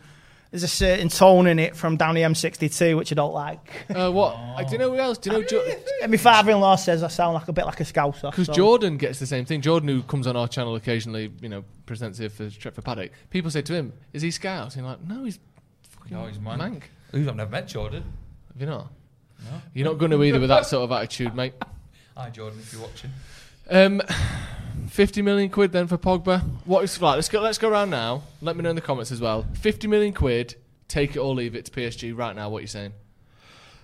Speaker 3: there's a certain tone in it from down the M62 which I don't like.
Speaker 1: Uh, what? I do you know who else? Do you know?
Speaker 3: and my father-in-law says I sound like a bit like a scouser.
Speaker 1: Because
Speaker 3: so-
Speaker 1: Jordan gets the same thing. Jordan, who comes on our channel occasionally, you know, presents here for for Paddock. People say to him, "Is he Scouse?" And you're like, "No, he's fucking
Speaker 2: No, he's
Speaker 1: Manc."
Speaker 2: man. Who's I've never met Jordan.
Speaker 1: Have you not? You're not going to either with that sort of attitude, mate.
Speaker 2: Hi Jordan, if you're watching.
Speaker 1: Um, fifty million quid then for Pogba. What is right? Let's go. Let's go around now. Let me know in the comments as well. Fifty million quid. Take it or leave it to PSG right now. What you saying?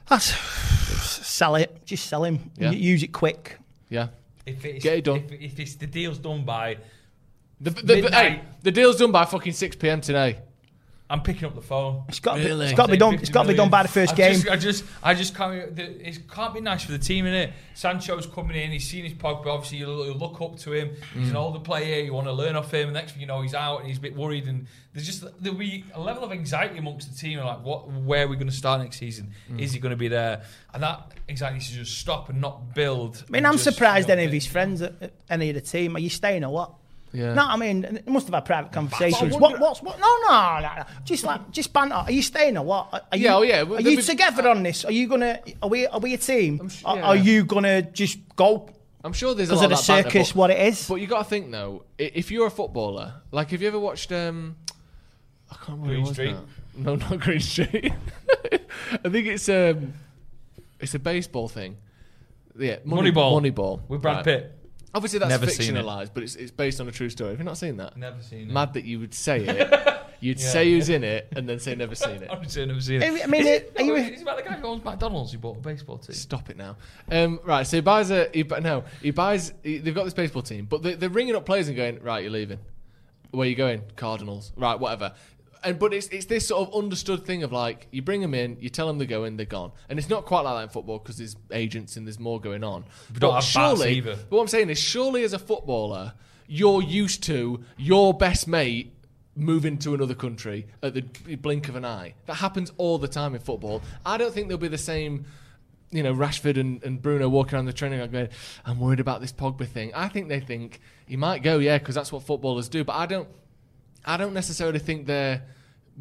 Speaker 3: That's, sell it, just sell him.
Speaker 1: Yeah.
Speaker 3: Use it quick.
Speaker 1: Yeah.
Speaker 2: If it's,
Speaker 1: Get it done.
Speaker 2: If, if it's the deal's done by
Speaker 1: The, the, the, hey,
Speaker 2: Midnight.
Speaker 1: the deal's done by fucking 6 p.m. today.
Speaker 2: I'm picking up the phone.
Speaker 3: It's got
Speaker 1: Really?
Speaker 3: it's got to be done. It's got to be done by the 1st
Speaker 2: I
Speaker 3: game.
Speaker 2: Just, I just, I just can't. the- It can't be nice for the team, innit? Sancho's coming in. He's seen his Pogba. Obviously, you you look up to him. He's an
Speaker 3: Mm.
Speaker 2: older player. You want to learn off him. And next thing you know, he's out and he's a bit worried. And there's just there'll be a level of anxiety amongst the team. Like, what? Where are we going to start next season?
Speaker 3: Mm.
Speaker 2: Is he going to be there? And that anxiety should just stop and not build.
Speaker 3: I mean, I'm surprised any of his friends, uh, any of the team, are you staying or what?
Speaker 1: Yeah.
Speaker 3: No, I mean, it must have had private conversations.
Speaker 2: wonder-
Speaker 3: What, what's what? No, no, no, no. Just like, just banter. Are you staying or what? Are- Are you,
Speaker 1: Yeah, oh, yeah,
Speaker 3: Are
Speaker 1: well,
Speaker 3: you
Speaker 1: there'll be-
Speaker 3: together on this? Are you gonna? Are we? Are we a team?
Speaker 1: I'm su-
Speaker 3: Are-
Speaker 1: yeah.
Speaker 3: Are you gonna just go
Speaker 1: I'm sure there's a
Speaker 3: because
Speaker 1: lot
Speaker 3: of
Speaker 1: of
Speaker 3: the
Speaker 1: that banter,
Speaker 3: circus?
Speaker 1: but-
Speaker 3: What it is?
Speaker 1: But you got to think though, i- if you're a footballer, like have you ever watched? um I can't remember.
Speaker 2: Green
Speaker 1: what it was
Speaker 2: Street?
Speaker 1: now. No, not Green Street. I think it's um, it's a baseball thing. Yeah, money,
Speaker 2: Moneyball.
Speaker 1: Moneyball
Speaker 2: with Brad
Speaker 1: Right.
Speaker 2: Pitt.
Speaker 1: Obviously, that's
Speaker 2: Never seen it.
Speaker 1: fictionalized, but it's it's based on a true story. Have you not seen that?
Speaker 2: Never seen
Speaker 1: Mad that you would say it. You'd
Speaker 2: Yeah.
Speaker 1: say who's in it and then say never seen it.
Speaker 2: I've never seen it.
Speaker 3: I mean, are
Speaker 2: No,
Speaker 3: you?
Speaker 2: it's about the guy who owns McDonald's who bought a baseball team.
Speaker 1: Stop it now. Um, right, so he buys a. He, bu- no, he buys. He, they've got this baseball team, but they, they're ringing up players and going, right, you're leaving. Where you going? Cardinals. Right, whatever. And but it's it's this sort of understood thing of like you bring them in, you tell them they're going, they're gone, and it's not quite like that in football because there's agents and there's more going on.
Speaker 2: We don't have bats either.
Speaker 1: But what I'm saying is, surely as a footballer, you're used to your best mate moving to another country at the blink of an eye. That happens all the time in football. I don't think there'll be the same. You know, Rashford and, and Bruno walking around the training ground going, I'm worried about this Pogba thing. I think they think he might go, yeah, because that's what footballers do. But I don't, I don't necessarily think they're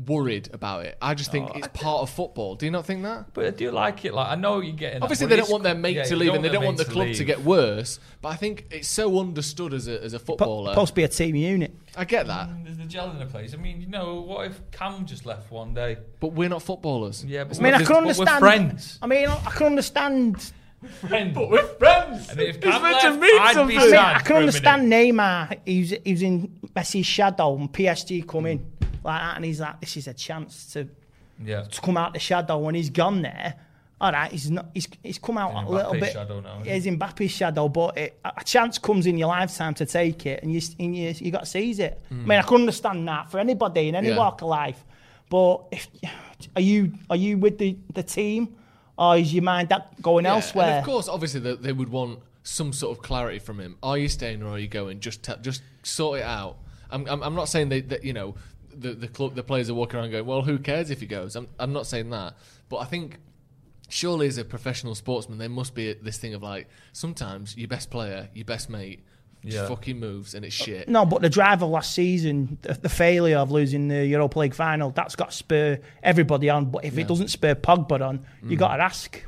Speaker 1: worried about it. I just think it's part of football. Do you not think that?
Speaker 2: But I do like it. Like I know you're getting. that,
Speaker 1: Obviously,
Speaker 2: but
Speaker 1: they
Speaker 2: it's
Speaker 1: don't want their
Speaker 2: cool-
Speaker 1: mate
Speaker 2: yeah,
Speaker 1: to
Speaker 2: you
Speaker 1: leave, and they don't
Speaker 2: their
Speaker 1: want the
Speaker 2: mate
Speaker 1: club to
Speaker 2: leave.
Speaker 1: get worse. But I think it's so understood as a as a footballer.
Speaker 3: Supposed to be a team unit.
Speaker 1: I get that,
Speaker 2: Mm, There's the gel in the place. I mean, you know, what if Cam just left one day?
Speaker 1: but we're not footballers.
Speaker 2: Yeah, but
Speaker 3: I mean, I
Speaker 2: we're-
Speaker 3: can
Speaker 2: but
Speaker 3: understand.
Speaker 2: We're friends.
Speaker 3: I mean, I can understand.
Speaker 2: Friends.
Speaker 1: But we're friends.
Speaker 2: And if
Speaker 1: It's
Speaker 2: Cam
Speaker 1: meant to
Speaker 2: left,
Speaker 1: mean
Speaker 2: I'd be
Speaker 1: something.
Speaker 3: I mean,
Speaker 2: sad
Speaker 3: I
Speaker 2: for
Speaker 3: can
Speaker 2: a
Speaker 3: understand Neymar. He was, he was in Messi's shadow, and PSG come in like that, and he's like, "This is a chance to
Speaker 2: Yeah.
Speaker 3: to come out the shadow when he's gone there. All right, he's not. He's he's come out
Speaker 2: In
Speaker 3: a little
Speaker 2: Mbappe's
Speaker 3: bit.
Speaker 2: shadow now, isn't
Speaker 3: He's in Mbappe's shadow, but it, a a chance comes in your lifetime to take it, and you s- and you, you got to seize it. I
Speaker 1: Hmm.
Speaker 3: mean, I can understand that for anybody in any
Speaker 1: Yeah.
Speaker 3: walk of life, but if are you are you with the the team, or is your mind that going
Speaker 1: Yeah, and
Speaker 3: elsewhere?
Speaker 1: of course, obviously, they, they would want some sort of clarity from him. Are you staying or are you going? Just te- just sort it out. I'm I'm, I'm not saying they, that you know the the club the players are walking around going, well, who cares if he goes? I'm I'm not saying that, but I think. Surely, as a professional sportsman, there must be this thing of like sometimes your best player, your best mate, just
Speaker 2: Yeah. Uh,
Speaker 1: fucking moves and it's shit.
Speaker 3: No, but the drive of last season, the, the failure of losing the Europa League final, that's got to spur everybody on. But if it doesn't spur Pogba on,
Speaker 1: Hmm.
Speaker 3: you got to ask.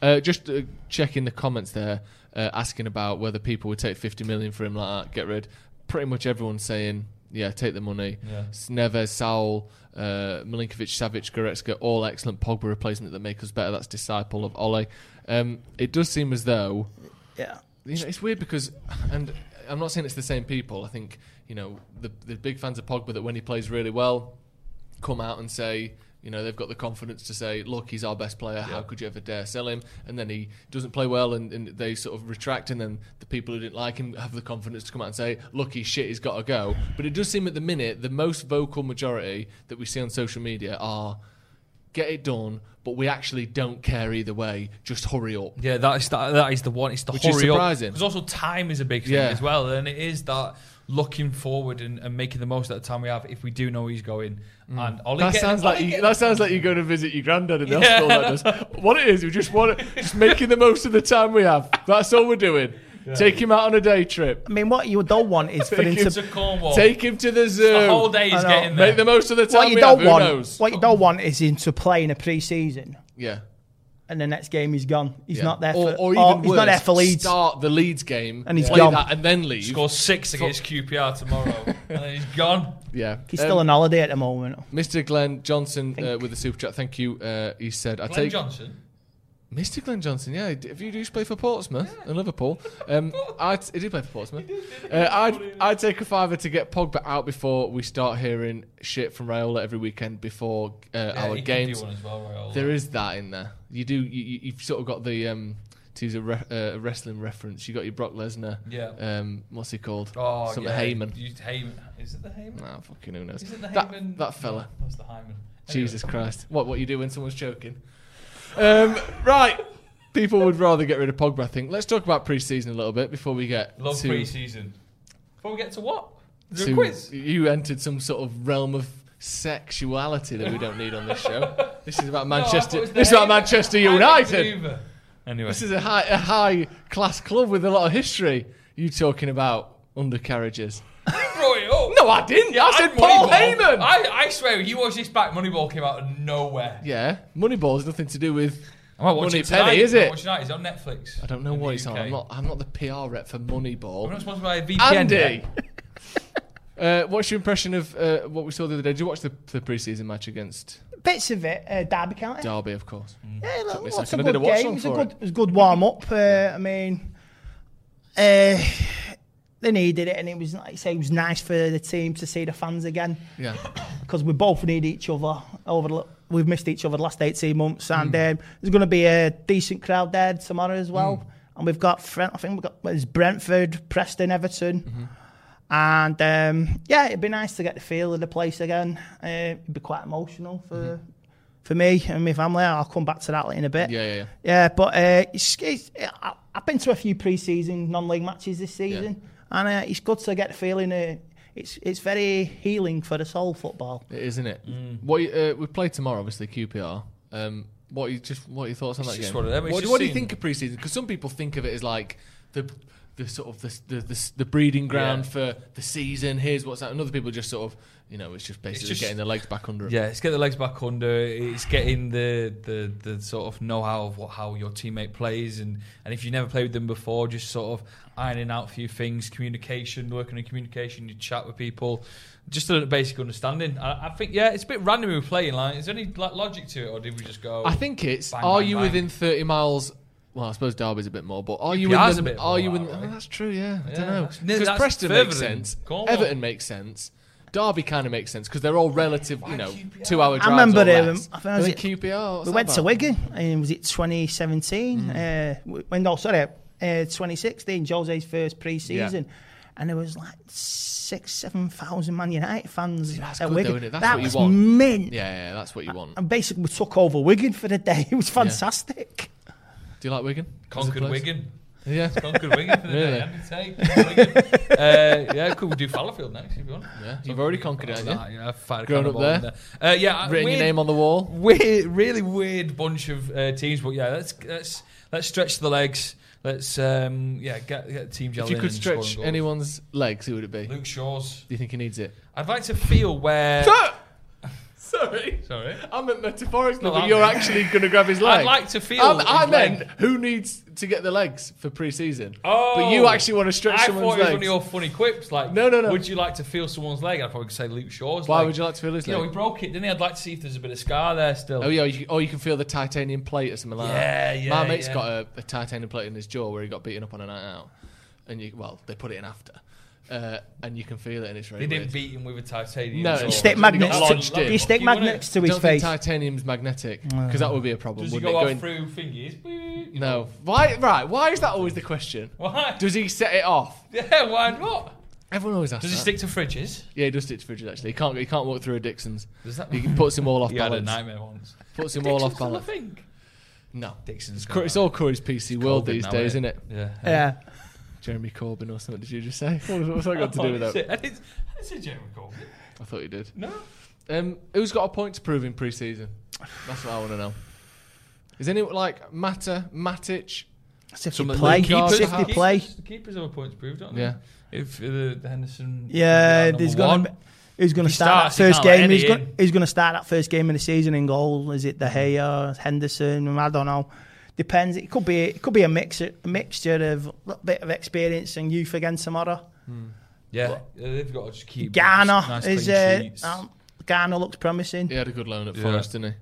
Speaker 1: Uh, just uh, checking the comments there, uh, asking about whether people would take 50 million for him like that, get rid. Pretty much everyone's saying, yeah, take the money.
Speaker 2: Yeah.
Speaker 1: S- Neves, Saul, uh, Milinkovic, Savic, Goretzka, all excellent Pogba replacement that make us better. That's disciple of Ole. Um, it does seem as though
Speaker 3: Yeah.
Speaker 1: you know, it's weird because, and I'm not saying it's the same people. I think you know the the big fans of Pogba that when he plays really well, come out and say. You know they've got the confidence to say, "Look, he's our best player. How could you ever dare sell him?" And then he doesn't play well, and, and they sort of retract. And then the people who didn't like him have the confidence to come out and say, "Look, he's shit. He's got to go." But it does seem at the minute the most vocal majority that we see on social media are, "Get it done," but we actually don't care either way. Just hurry up.
Speaker 2: Yeah, that is that, that is the one. It's the
Speaker 1: Which is
Speaker 2: hurry
Speaker 1: surprising.
Speaker 2: Because also time is a big thing
Speaker 1: Yeah.
Speaker 2: as well, and it is that looking forward and, and making the most of the time we have if we do know he's going. And Ollie
Speaker 1: That
Speaker 2: getting-
Speaker 1: sounds
Speaker 2: Ollie
Speaker 1: like you,
Speaker 2: getting-
Speaker 1: that sounds like you go to visit your granddad in the
Speaker 2: Yeah.
Speaker 1: hospital. That does. What it is, we just want to, just making the most of the time we have. That's all we're doing. Take him out on a day trip.
Speaker 3: I mean, what you don't want is for him
Speaker 1: Thank you.
Speaker 2: to
Speaker 3: to.
Speaker 2: Cornwall.
Speaker 1: Take him to the zoo.
Speaker 2: Oh. the whole day
Speaker 3: I
Speaker 2: is
Speaker 3: know.
Speaker 2: getting there.
Speaker 1: Make the most of the time
Speaker 3: What you
Speaker 1: we
Speaker 3: don't
Speaker 1: have.
Speaker 3: want,
Speaker 1: Who knows?
Speaker 3: what you don't want is him to play in a pre-season
Speaker 1: Yeah.
Speaker 3: and the next game he's gone. He's
Speaker 1: yeah.
Speaker 3: not there.
Speaker 1: Or,
Speaker 3: for,
Speaker 1: or even
Speaker 3: he's not there
Speaker 1: worse,
Speaker 3: for Leeds.
Speaker 1: start the Leeds game
Speaker 3: And he's
Speaker 1: play
Speaker 3: gone.
Speaker 1: that and then leave.
Speaker 2: Score six against QPR tomorrow, and then he's gone.
Speaker 1: Yeah.
Speaker 3: He's
Speaker 1: Um,
Speaker 3: still on holiday at the moment.
Speaker 1: Mr. Glenn Johnson uh,
Speaker 3: Think.
Speaker 1: with the super chat. Thank you. Uh, he said, "I
Speaker 2: Glenn
Speaker 1: take
Speaker 2: Johnson.
Speaker 1: Mr. Glenn Johnson, yeah, he d- if you do play for Portsmouth and Liverpool, um, I'd, he did play for Portsmouth. Uh, I'd, I'd take a fiver to get Pogba out before we start hearing shit from Raiola every weekend before uh,
Speaker 2: Yeah,
Speaker 1: our
Speaker 2: he can do
Speaker 1: games.
Speaker 2: one as well, Raiola.
Speaker 1: There is that in there. You do. You, you- you've sort of got the um, to use a, re- uh, a wrestling reference, you got your Brock Lesnar.
Speaker 2: Yeah.
Speaker 1: Um, what's he called?
Speaker 2: Oh,
Speaker 1: Some
Speaker 2: yeah.
Speaker 1: Heyman.
Speaker 2: You- Heyman. Is it the Heyman?
Speaker 1: Nah, fucking who knows?
Speaker 2: Is it the
Speaker 1: That-
Speaker 2: Heyman?
Speaker 1: that fella.
Speaker 2: No, that's the Heyman.
Speaker 1: Jesus Christ. What what you do when someone's choking? Um, right. People would rather get rid of Pogba, I think. Let's talk about pre-season a little bit before we get
Speaker 2: Love
Speaker 1: to,
Speaker 2: pre-season. Before we get to what? Is there
Speaker 1: to-
Speaker 2: a quiz?
Speaker 1: You entered some sort of realm of sexuality that we don't need on this show. this is about Manchester.
Speaker 2: No, I thought it was the
Speaker 1: this is about
Speaker 2: Heyman-
Speaker 1: Manchester
Speaker 2: Heyman
Speaker 1: United.
Speaker 2: Hoover. Anyway,
Speaker 1: This is a high a high class club with a lot of history. You talking about undercarriages?
Speaker 2: Roy, oh.
Speaker 1: No, I didn't. I said
Speaker 2: And
Speaker 1: Paul
Speaker 2: Moneyball.
Speaker 1: Heyman.
Speaker 2: I, I swear, you watch this back, Moneyball came out of nowhere.
Speaker 1: yeah, Moneyball has nothing to do with.
Speaker 2: I might watch
Speaker 1: Money
Speaker 2: it tonight.
Speaker 1: Penny, is
Speaker 2: I might
Speaker 1: it?
Speaker 2: watch tonight. It's on Netflix.
Speaker 1: I don't know
Speaker 2: in
Speaker 1: what
Speaker 2: the
Speaker 1: it's on.
Speaker 2: UK.
Speaker 1: I'm not. I'm not the PR rep for Moneyball.
Speaker 2: We're not sponsored by a VPN.
Speaker 1: Andy.
Speaker 2: yet.
Speaker 1: Uh, what's your impression of uh, what we saw the other day? Did you watch the, the preseason match against
Speaker 3: Bits of it, uh, Derby County.
Speaker 1: Derby, of course?
Speaker 3: Yeah, look,
Speaker 1: me a
Speaker 3: lots
Speaker 1: second.
Speaker 3: of
Speaker 1: I did
Speaker 3: good
Speaker 1: a watch
Speaker 3: games.
Speaker 1: on
Speaker 3: It was a
Speaker 1: for
Speaker 3: good,
Speaker 1: it.
Speaker 3: it was a good warm up. Uh, I mean, uh, they needed it, and it was like I say, it was nice for the team to see the fans again
Speaker 1: Yeah.
Speaker 3: because we both need each other. Over the, we've missed each other the last eighteen months, and um, there's going to be a decent crowd there tomorrow as well. And we've got Brent, I think we've got well, it's Brentford, Preston, Everton. And um, yeah, it'd be nice to get the feel of the place again. Uh, it'd be quite emotional for for me and my family. I'll come back to that in a bit.
Speaker 1: Yeah, yeah, yeah.
Speaker 3: Yeah, but uh, it's, it's, I, I've been to a few pre-season non-league matches this season, and uh, it's good to get the feeling. Uh, it's it's very healing for the soul football.
Speaker 1: It is, isn't it? What you, uh, we play tomorrow, obviously QPR. Um, what are you just what are your thoughts on
Speaker 2: It's
Speaker 1: that
Speaker 2: just
Speaker 1: game?
Speaker 2: one of them. It's
Speaker 1: What,
Speaker 2: just
Speaker 1: what do you
Speaker 2: seen-
Speaker 1: think of preseason? Because some people think of it as like the the sort of the the, the, the breeding ground
Speaker 2: Yeah.
Speaker 1: for the season. Here's what's that. And other people just sort of you know it's just basically
Speaker 2: just-
Speaker 1: getting their legs back under. 'em.
Speaker 2: Yeah, it's get the legs back under. It's getting the the, the sort of know how of what, how your teammate plays, and and if you never played with them before, just sort of ironing out a few things, communication, working on communication, you chat with people, just a basic understanding. I, I think yeah, it's a bit random we were playing. Like, is there any like, logic to it, or did we just go?
Speaker 1: I think it's
Speaker 2: Oh, Bang,
Speaker 1: are
Speaker 2: bang,
Speaker 1: you
Speaker 2: bang.
Speaker 1: within 30 miles? Well, I suppose Derby's a bit more, but are you
Speaker 2: PR's
Speaker 1: in the,
Speaker 2: a bit
Speaker 1: are
Speaker 2: more
Speaker 1: you
Speaker 2: that
Speaker 1: in?
Speaker 2: way.
Speaker 1: oh, that's true. Yeah, I
Speaker 2: Yeah,
Speaker 1: don't know
Speaker 2: that's- no,
Speaker 1: because
Speaker 2: that's
Speaker 1: Preston
Speaker 2: further
Speaker 1: makes
Speaker 2: than
Speaker 1: sense,
Speaker 2: Cornwall.
Speaker 1: Everton makes sense, Derby kind of makes sense because they're all relative. You know,
Speaker 2: QPR?
Speaker 1: two-hour drives.
Speaker 3: remember,
Speaker 1: or less.
Speaker 3: um, I think I was
Speaker 1: think
Speaker 3: at-
Speaker 1: QPR. what's
Speaker 3: we
Speaker 1: that
Speaker 3: went to
Speaker 1: about? Mm.
Speaker 3: Wigan, and was it 2017? Uh, w- when no, sorry, uh, 2016, Jose's first pre-season. And there was like six, seven thousand Man United fans
Speaker 1: that's
Speaker 3: at
Speaker 1: good
Speaker 3: Wigan.
Speaker 1: though, innit? That's
Speaker 3: that
Speaker 1: what you
Speaker 3: was
Speaker 1: want.
Speaker 3: mint.
Speaker 1: Yeah, yeah, that's what you want.
Speaker 3: And basically, we took over Wigan for the day. It was
Speaker 1: Oh,
Speaker 3: fantastic.
Speaker 1: Do you like Wigan? as a
Speaker 2: conquered
Speaker 1: place?
Speaker 2: Wigan.
Speaker 1: Yeah,
Speaker 2: Conquered Wigan for the
Speaker 1: Really?
Speaker 2: day. Andy Tate, conquered Wigan. uh, yeah, cool. We'll do Fallowfield next if you want.
Speaker 1: yeah. You've already conquered it, haven't you?
Speaker 2: Yeah, I've fired a
Speaker 1: Grown up
Speaker 2: cannonball
Speaker 1: there.
Speaker 2: in Uh, yeah, I-
Speaker 1: Written your
Speaker 2: weird-
Speaker 1: name on the wall.
Speaker 2: weird, really weird bunch of uh, teams. But yeah, let's let's let's stretch the legs. Let's um, yeah get, get team gel.
Speaker 1: If you
Speaker 2: in
Speaker 1: could
Speaker 2: and
Speaker 1: stretch
Speaker 2: scoring goals.
Speaker 1: anyone's legs, who would it be? Do
Speaker 2: Luke Shaw's.
Speaker 1: you think he needs it?
Speaker 2: I'd like to feel where.
Speaker 1: Sorry.
Speaker 2: Sorry.
Speaker 1: I meant metaphorically,
Speaker 2: not
Speaker 1: but
Speaker 2: that
Speaker 1: you're
Speaker 2: big.
Speaker 1: actually going to grab his leg.
Speaker 2: I'd like to feel
Speaker 1: I'm- I
Speaker 2: his leg.
Speaker 1: meant who needs to get the legs for pre-season.
Speaker 2: Oh,
Speaker 1: but you actually want to stretch
Speaker 2: I
Speaker 1: someone's
Speaker 2: thought it was one of
Speaker 1: legs.
Speaker 2: your funny quips. Like,
Speaker 1: No, no, no.
Speaker 2: Would you like to feel someone's leg? I'd probably say Luke Shaw's.
Speaker 1: Why
Speaker 2: leg.
Speaker 1: would you like to feel his
Speaker 2: You know, he
Speaker 1: leg?
Speaker 2: broke it, didn't he? I'd like to see if there's a bit of scar there still.
Speaker 1: Oh yeah, you, or you can feel the titanium plate or something like
Speaker 2: Yeah,
Speaker 1: that.
Speaker 2: yeah,
Speaker 1: My mate's
Speaker 2: yeah.
Speaker 1: got a, a titanium plate in his jaw where he got beaten up on a night out, and you well they put it in after, uh, and you can feel it, and it's very
Speaker 2: They
Speaker 1: weird.
Speaker 2: didn't beat him with a titanium.
Speaker 1: No,
Speaker 2: sword.
Speaker 1: it's-
Speaker 3: Stick
Speaker 1: He got
Speaker 3: magnets.
Speaker 1: lodged
Speaker 3: To,
Speaker 1: in.
Speaker 3: do you stick
Speaker 2: You wouldn't-
Speaker 3: magnets
Speaker 1: I
Speaker 3: to his
Speaker 1: don't think
Speaker 3: face? Uh.
Speaker 1: titanium's magnetic because that would be a problem.
Speaker 2: Does he
Speaker 1: wouldn't
Speaker 2: go
Speaker 1: it?
Speaker 2: off
Speaker 1: Going-
Speaker 2: through fingies?
Speaker 1: No. Why? Right. Why is that always the question?
Speaker 2: Why?
Speaker 1: Does he set it off?
Speaker 2: yeah, why not?
Speaker 1: Everyone always asks.
Speaker 2: Does he
Speaker 1: that.
Speaker 2: stick to fridges?
Speaker 1: Yeah, he does stick to fridges. Actually, he can't. He can't walk through a Dixon's.
Speaker 2: Does that
Speaker 1: He puts him all off
Speaker 2: Yeah, I had a
Speaker 1: balance.
Speaker 2: nightmare once.
Speaker 1: Puts him all off
Speaker 2: Dixon's
Speaker 1: balance.
Speaker 2: still a thing.
Speaker 1: No.
Speaker 2: Dixon's
Speaker 1: It's, Cur- it's all Curry's PC world these days, isn't it?
Speaker 2: Yeah.
Speaker 3: Yeah.
Speaker 1: Jeremy Corbyn or something? Did you just say? What was, what's that got to do with that?
Speaker 2: I didn't I didn't say Jeremy Corbyn.
Speaker 1: I thought you did.
Speaker 2: No.
Speaker 1: Um, who's got a point to prove in pre-season? That's what I want to know. Is anyone like Mata Matic?
Speaker 3: That's if
Speaker 1: Some
Speaker 3: you
Speaker 1: of the
Speaker 3: play.
Speaker 1: keepers
Speaker 3: That's if
Speaker 1: have-
Speaker 3: you play.
Speaker 2: The keepers have a points proved, don't
Speaker 1: Yeah.
Speaker 2: they? If uh, the Henderson.
Speaker 3: Yeah,
Speaker 2: number
Speaker 3: there's gonna
Speaker 2: one.
Speaker 3: be, who's gonna
Speaker 2: If he
Speaker 3: start
Speaker 2: starts,
Speaker 3: that
Speaker 2: he
Speaker 3: first
Speaker 2: can't let
Speaker 3: game? Who's
Speaker 2: Eddie
Speaker 3: gonna,
Speaker 2: in.
Speaker 3: who's gonna start that first game of the season in goal? Is it De Gea, Henderson, Madonna? Depends. It could be it could be a mix a mixture of a little bit of experience and youth again tomorrow.
Speaker 2: Yeah, uh, they've got to just keep
Speaker 3: Ghana
Speaker 2: nice
Speaker 3: is
Speaker 2: clean
Speaker 3: uh,
Speaker 2: sheets.
Speaker 3: um, Ghana looks promising.
Speaker 1: He had a good loan at
Speaker 2: Yeah.
Speaker 1: Forest, didn't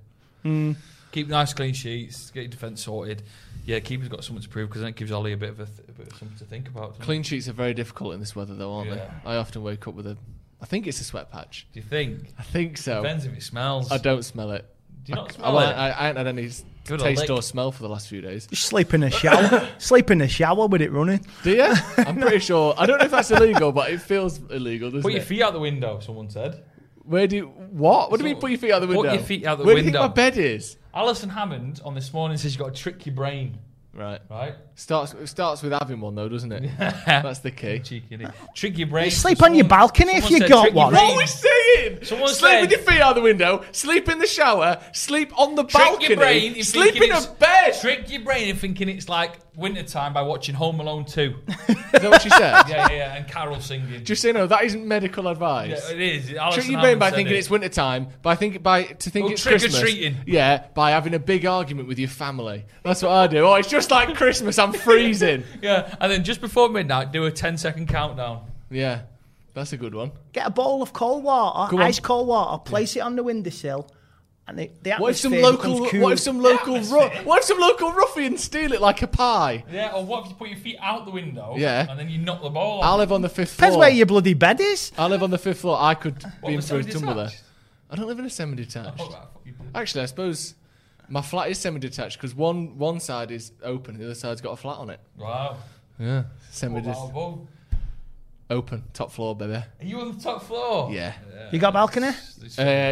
Speaker 1: he?
Speaker 2: keep nice clean sheets. Get your defense sorted. Yeah, keeper's got something to prove because that gives Ollie a bit of a, th- a bit of something to think about. doesn't it?
Speaker 1: Clean sheets are very difficult in this weather, though, aren't
Speaker 2: Yeah.
Speaker 1: they? I often wake up with a. I think it's a sweat patch.
Speaker 2: Do you think?
Speaker 1: I think so.
Speaker 2: Depends if it smells.
Speaker 1: I don't smell it.
Speaker 2: Do you not
Speaker 1: I-
Speaker 2: smell
Speaker 1: well,
Speaker 2: it?
Speaker 1: I, I ain't had any s-
Speaker 2: Good old
Speaker 1: taste
Speaker 2: lick.
Speaker 1: or smell for the last few days.
Speaker 3: Sleep in the shower. Sleep in the shower with it running.
Speaker 1: Do you? I'm pretty sure. I don't know if that's illegal, but it feels illegal, doesn't
Speaker 2: Put your
Speaker 1: it?
Speaker 2: feet out the window. Someone said.
Speaker 1: Where do you, what? What do you mean? Put your feet out the
Speaker 2: Put
Speaker 1: window.
Speaker 2: your feet out the
Speaker 1: Where do you
Speaker 2: window.
Speaker 1: think my bed is?
Speaker 2: Alison Hammond on this morning says you got to trick your brain,
Speaker 1: Right.
Speaker 2: right?
Speaker 1: Starts it starts with having one though, doesn't it? That's the key.
Speaker 2: Cheeky. innit? Trick your brain.
Speaker 3: You sleep on your balcony if
Speaker 2: someone
Speaker 3: you
Speaker 2: said
Speaker 3: got
Speaker 2: trick your
Speaker 3: one.
Speaker 2: brain.
Speaker 1: What are we saying?
Speaker 2: Someone
Speaker 1: sleep
Speaker 2: said-
Speaker 1: with your feet out the window. Sleep in the shower. Sleep on the
Speaker 2: Trick
Speaker 1: balcony.
Speaker 2: your brain. in
Speaker 1: sleep
Speaker 2: thinking
Speaker 1: in a
Speaker 2: it's-
Speaker 1: bed.
Speaker 2: Trick your brain in thinking it's like wintertime by watching Home Alone 2.
Speaker 1: Is that what she said?
Speaker 2: yeah, yeah, yeah. And Carol singing.
Speaker 1: Just so you know, that isn't medical advice.
Speaker 2: yeah, it is. Alison
Speaker 1: Trick your brain
Speaker 2: Hammond
Speaker 1: by
Speaker 2: said
Speaker 1: thinking
Speaker 2: it.
Speaker 1: it's wintertime, by think by to think
Speaker 2: Oh,
Speaker 1: it's
Speaker 2: trick or
Speaker 1: Christmas.
Speaker 2: treating.
Speaker 1: Yeah, by having a big argument with your family. That's what I do. Oh, it's just like Christmas. I'm freezing.
Speaker 2: Yeah, and then just before midnight, do a 10 second countdown.
Speaker 1: yeah, that's a good one.
Speaker 3: Get a bowl of cold water,
Speaker 1: Go on.
Speaker 3: ice cold water, place it on the windowsill, and the, the atmosphere
Speaker 1: What if some local?
Speaker 3: becomes cool.
Speaker 1: What if some local? Ru- what if some local ruffian steal it like a pie?
Speaker 2: Yeah, or what if you put your feet out the window?
Speaker 1: Yeah.
Speaker 2: And then you knock the ball
Speaker 1: I
Speaker 2: off?
Speaker 1: live on the fifth
Speaker 3: Depends
Speaker 1: floor.
Speaker 3: where your bloody bed is.
Speaker 1: I live on the fifth floor. I could
Speaker 2: What,
Speaker 1: be in
Speaker 2: was
Speaker 1: for a
Speaker 2: somebody
Speaker 1: tumble there.
Speaker 2: attached?
Speaker 1: I don't live in a semi-detached.
Speaker 2: Oh, right, I thought you did.
Speaker 1: Actually, I suppose my flat is semi-detached because one one side is open, the other side's got a flat on it.
Speaker 2: Wow.
Speaker 1: Yeah, semi-detached,
Speaker 2: Oh, Wow, wow.
Speaker 1: open, top floor, baby.
Speaker 2: Are you on the top floor?
Speaker 1: Yeah.
Speaker 3: You got a balcony?
Speaker 1: Uh,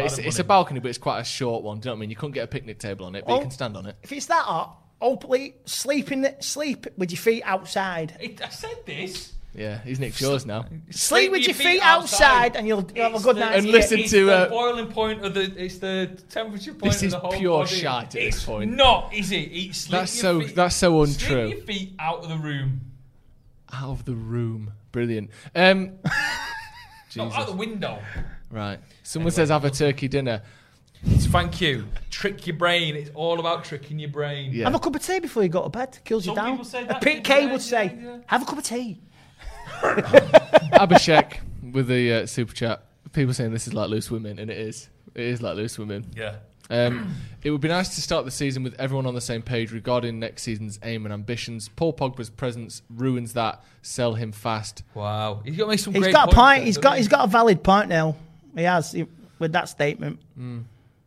Speaker 1: it's, it's a balcony, but it's quite a short one. Do you know what I mean? You couldn't get a picnic table on it, but
Speaker 3: Oh.
Speaker 1: you can stand on it.
Speaker 3: If it's that hot, hopefully sleep in the, sleep with your feet outside.
Speaker 2: It, I said this.
Speaker 1: Yeah, he's nicked yours now.
Speaker 3: Sleep with your feet outside, and you'll, you'll have a
Speaker 2: It's
Speaker 3: good
Speaker 2: the-
Speaker 3: night's
Speaker 1: And
Speaker 3: sleep.
Speaker 1: listen
Speaker 2: it's
Speaker 1: to,
Speaker 2: the
Speaker 1: uh,
Speaker 2: boiling point of the. It's the temperature point.
Speaker 1: This
Speaker 2: of
Speaker 1: is
Speaker 2: the whole
Speaker 1: pure
Speaker 2: body.
Speaker 1: shite at this
Speaker 2: It's
Speaker 1: point.
Speaker 2: Not is it? It's slip
Speaker 1: That's
Speaker 2: your
Speaker 1: so-
Speaker 2: Feet,
Speaker 1: that's so untrue.
Speaker 2: Slip your feet out of the room.
Speaker 1: Out of the room, brilliant. Um,
Speaker 2: No, out the window.
Speaker 1: right. Someone says have a turkey dinner.
Speaker 2: It's thank you. Trick your brain. It's all about tricking your brain.
Speaker 1: Yeah.
Speaker 3: Have a cup of tea before you go to bed. Kills
Speaker 2: Some
Speaker 3: you down.
Speaker 2: people say that,
Speaker 3: Pete
Speaker 2: yeah,
Speaker 3: Kay
Speaker 2: yeah,
Speaker 3: would say,
Speaker 2: yeah.
Speaker 3: "Have a cup of tea."
Speaker 1: Abhishek with the uh, super chat. People saying this is like loose women, and it is. It is like loose women.
Speaker 2: Yeah.
Speaker 1: Um, it would be nice to start the season with everyone on the same page regarding next season's aim and ambitions. Paul Pogba's presence ruins that. Sell him fast.
Speaker 2: Wow. He's got to make some
Speaker 3: He's
Speaker 2: great
Speaker 3: got a
Speaker 2: points
Speaker 3: point.
Speaker 2: there,
Speaker 3: he's
Speaker 2: doesn't
Speaker 3: got
Speaker 2: he?
Speaker 3: he's got a valid point now. He has he- with that statement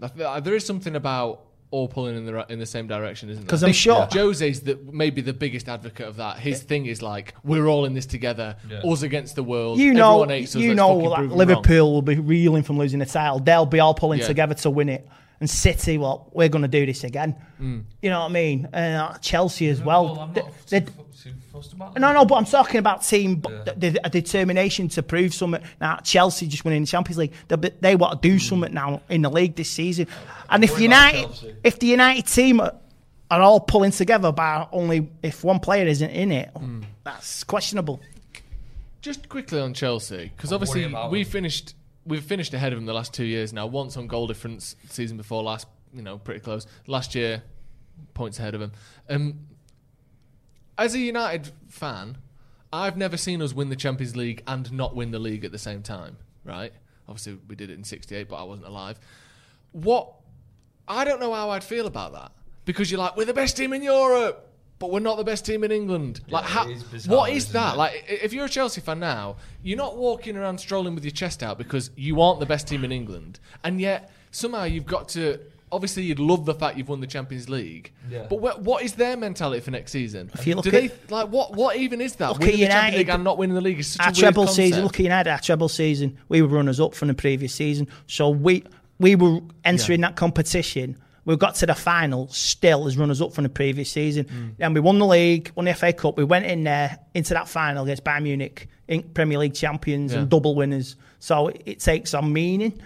Speaker 1: I feel- uh, There is something about all pulling in the ri- in the same direction, isn't there?
Speaker 3: 'Cause I'm
Speaker 1: I think
Speaker 3: sure-
Speaker 1: Jose's the, maybe the biggest advocate of that. His thing is like we're all in this together,
Speaker 2: Yeah.
Speaker 1: us against the world.
Speaker 3: you know
Speaker 1: Everyone hates us,
Speaker 3: you
Speaker 1: let's
Speaker 3: know
Speaker 1: fucking
Speaker 3: that
Speaker 1: prove 'em wrong.
Speaker 3: Liverpool will be reeling from losing the title. They'll be all pulling
Speaker 1: Yeah.
Speaker 3: together to win it. And City, well, we're going to do this again. You know what I mean? Uh, Chelsea as
Speaker 2: Well,
Speaker 3: well.
Speaker 2: I'm
Speaker 3: They-
Speaker 2: not
Speaker 3: they-
Speaker 2: too fu- too fussed about
Speaker 3: no,
Speaker 2: that.
Speaker 3: no, but I'm talking about team b- the, a determination to prove something. Now Chelsea just winning the Champions League, they, they want to do something now in the league this season. And if
Speaker 2: worry Hmm. about
Speaker 3: United,
Speaker 2: Chelsea.
Speaker 3: if the United team are, are all pulling together, but only if one player isn't in it,
Speaker 2: Hmm.
Speaker 3: that's questionable.
Speaker 1: Just quickly on Chelsea, because
Speaker 2: I'm
Speaker 1: obviously
Speaker 2: worried about
Speaker 1: we
Speaker 2: them.
Speaker 1: finished we've finished ahead of them the last two years now. Once on goal difference, season before last, you know, pretty close. Last year, points ahead of them. Um, as a United fan, I've never seen us win the Champions League and not win the league at the same time. Right? Obviously, we did it in '68, but I wasn't alive. What? I don't know how I'd feel about that because you're like we're the best team in Europe. But we're not the best team in England. Like,
Speaker 2: it
Speaker 1: how,
Speaker 2: is bizarre,
Speaker 1: what is
Speaker 2: isn't
Speaker 1: that?
Speaker 2: it?
Speaker 1: Like, like, i- if you're a Chelsea fan now, you're not walking around strolling with your chest out because you aren't the best team in England, and yet somehow you've got to. Obviously, you'd love the fact you've won the Champions League,
Speaker 2: Yeah.
Speaker 1: but wh- what is their mentality for next season?
Speaker 3: If you look
Speaker 1: Do
Speaker 3: at-
Speaker 1: they like what? What even is that?
Speaker 3: Look at
Speaker 1: Winning the Champions
Speaker 3: United.
Speaker 1: League and not winning the league is such
Speaker 3: our
Speaker 1: a weird
Speaker 3: treble
Speaker 1: concept.
Speaker 3: season. Look at United, our treble season. We were runners up from the previous season, so we we were entering that competition. We got to the final still as runners up from the previous season.
Speaker 1: Mm.
Speaker 3: And we won the league, won the FA Cup. We went in there into that final against Bayern Munich, in Premier League champions
Speaker 1: Yeah. Mm.
Speaker 3: and double winners. So it, it takes on meaning.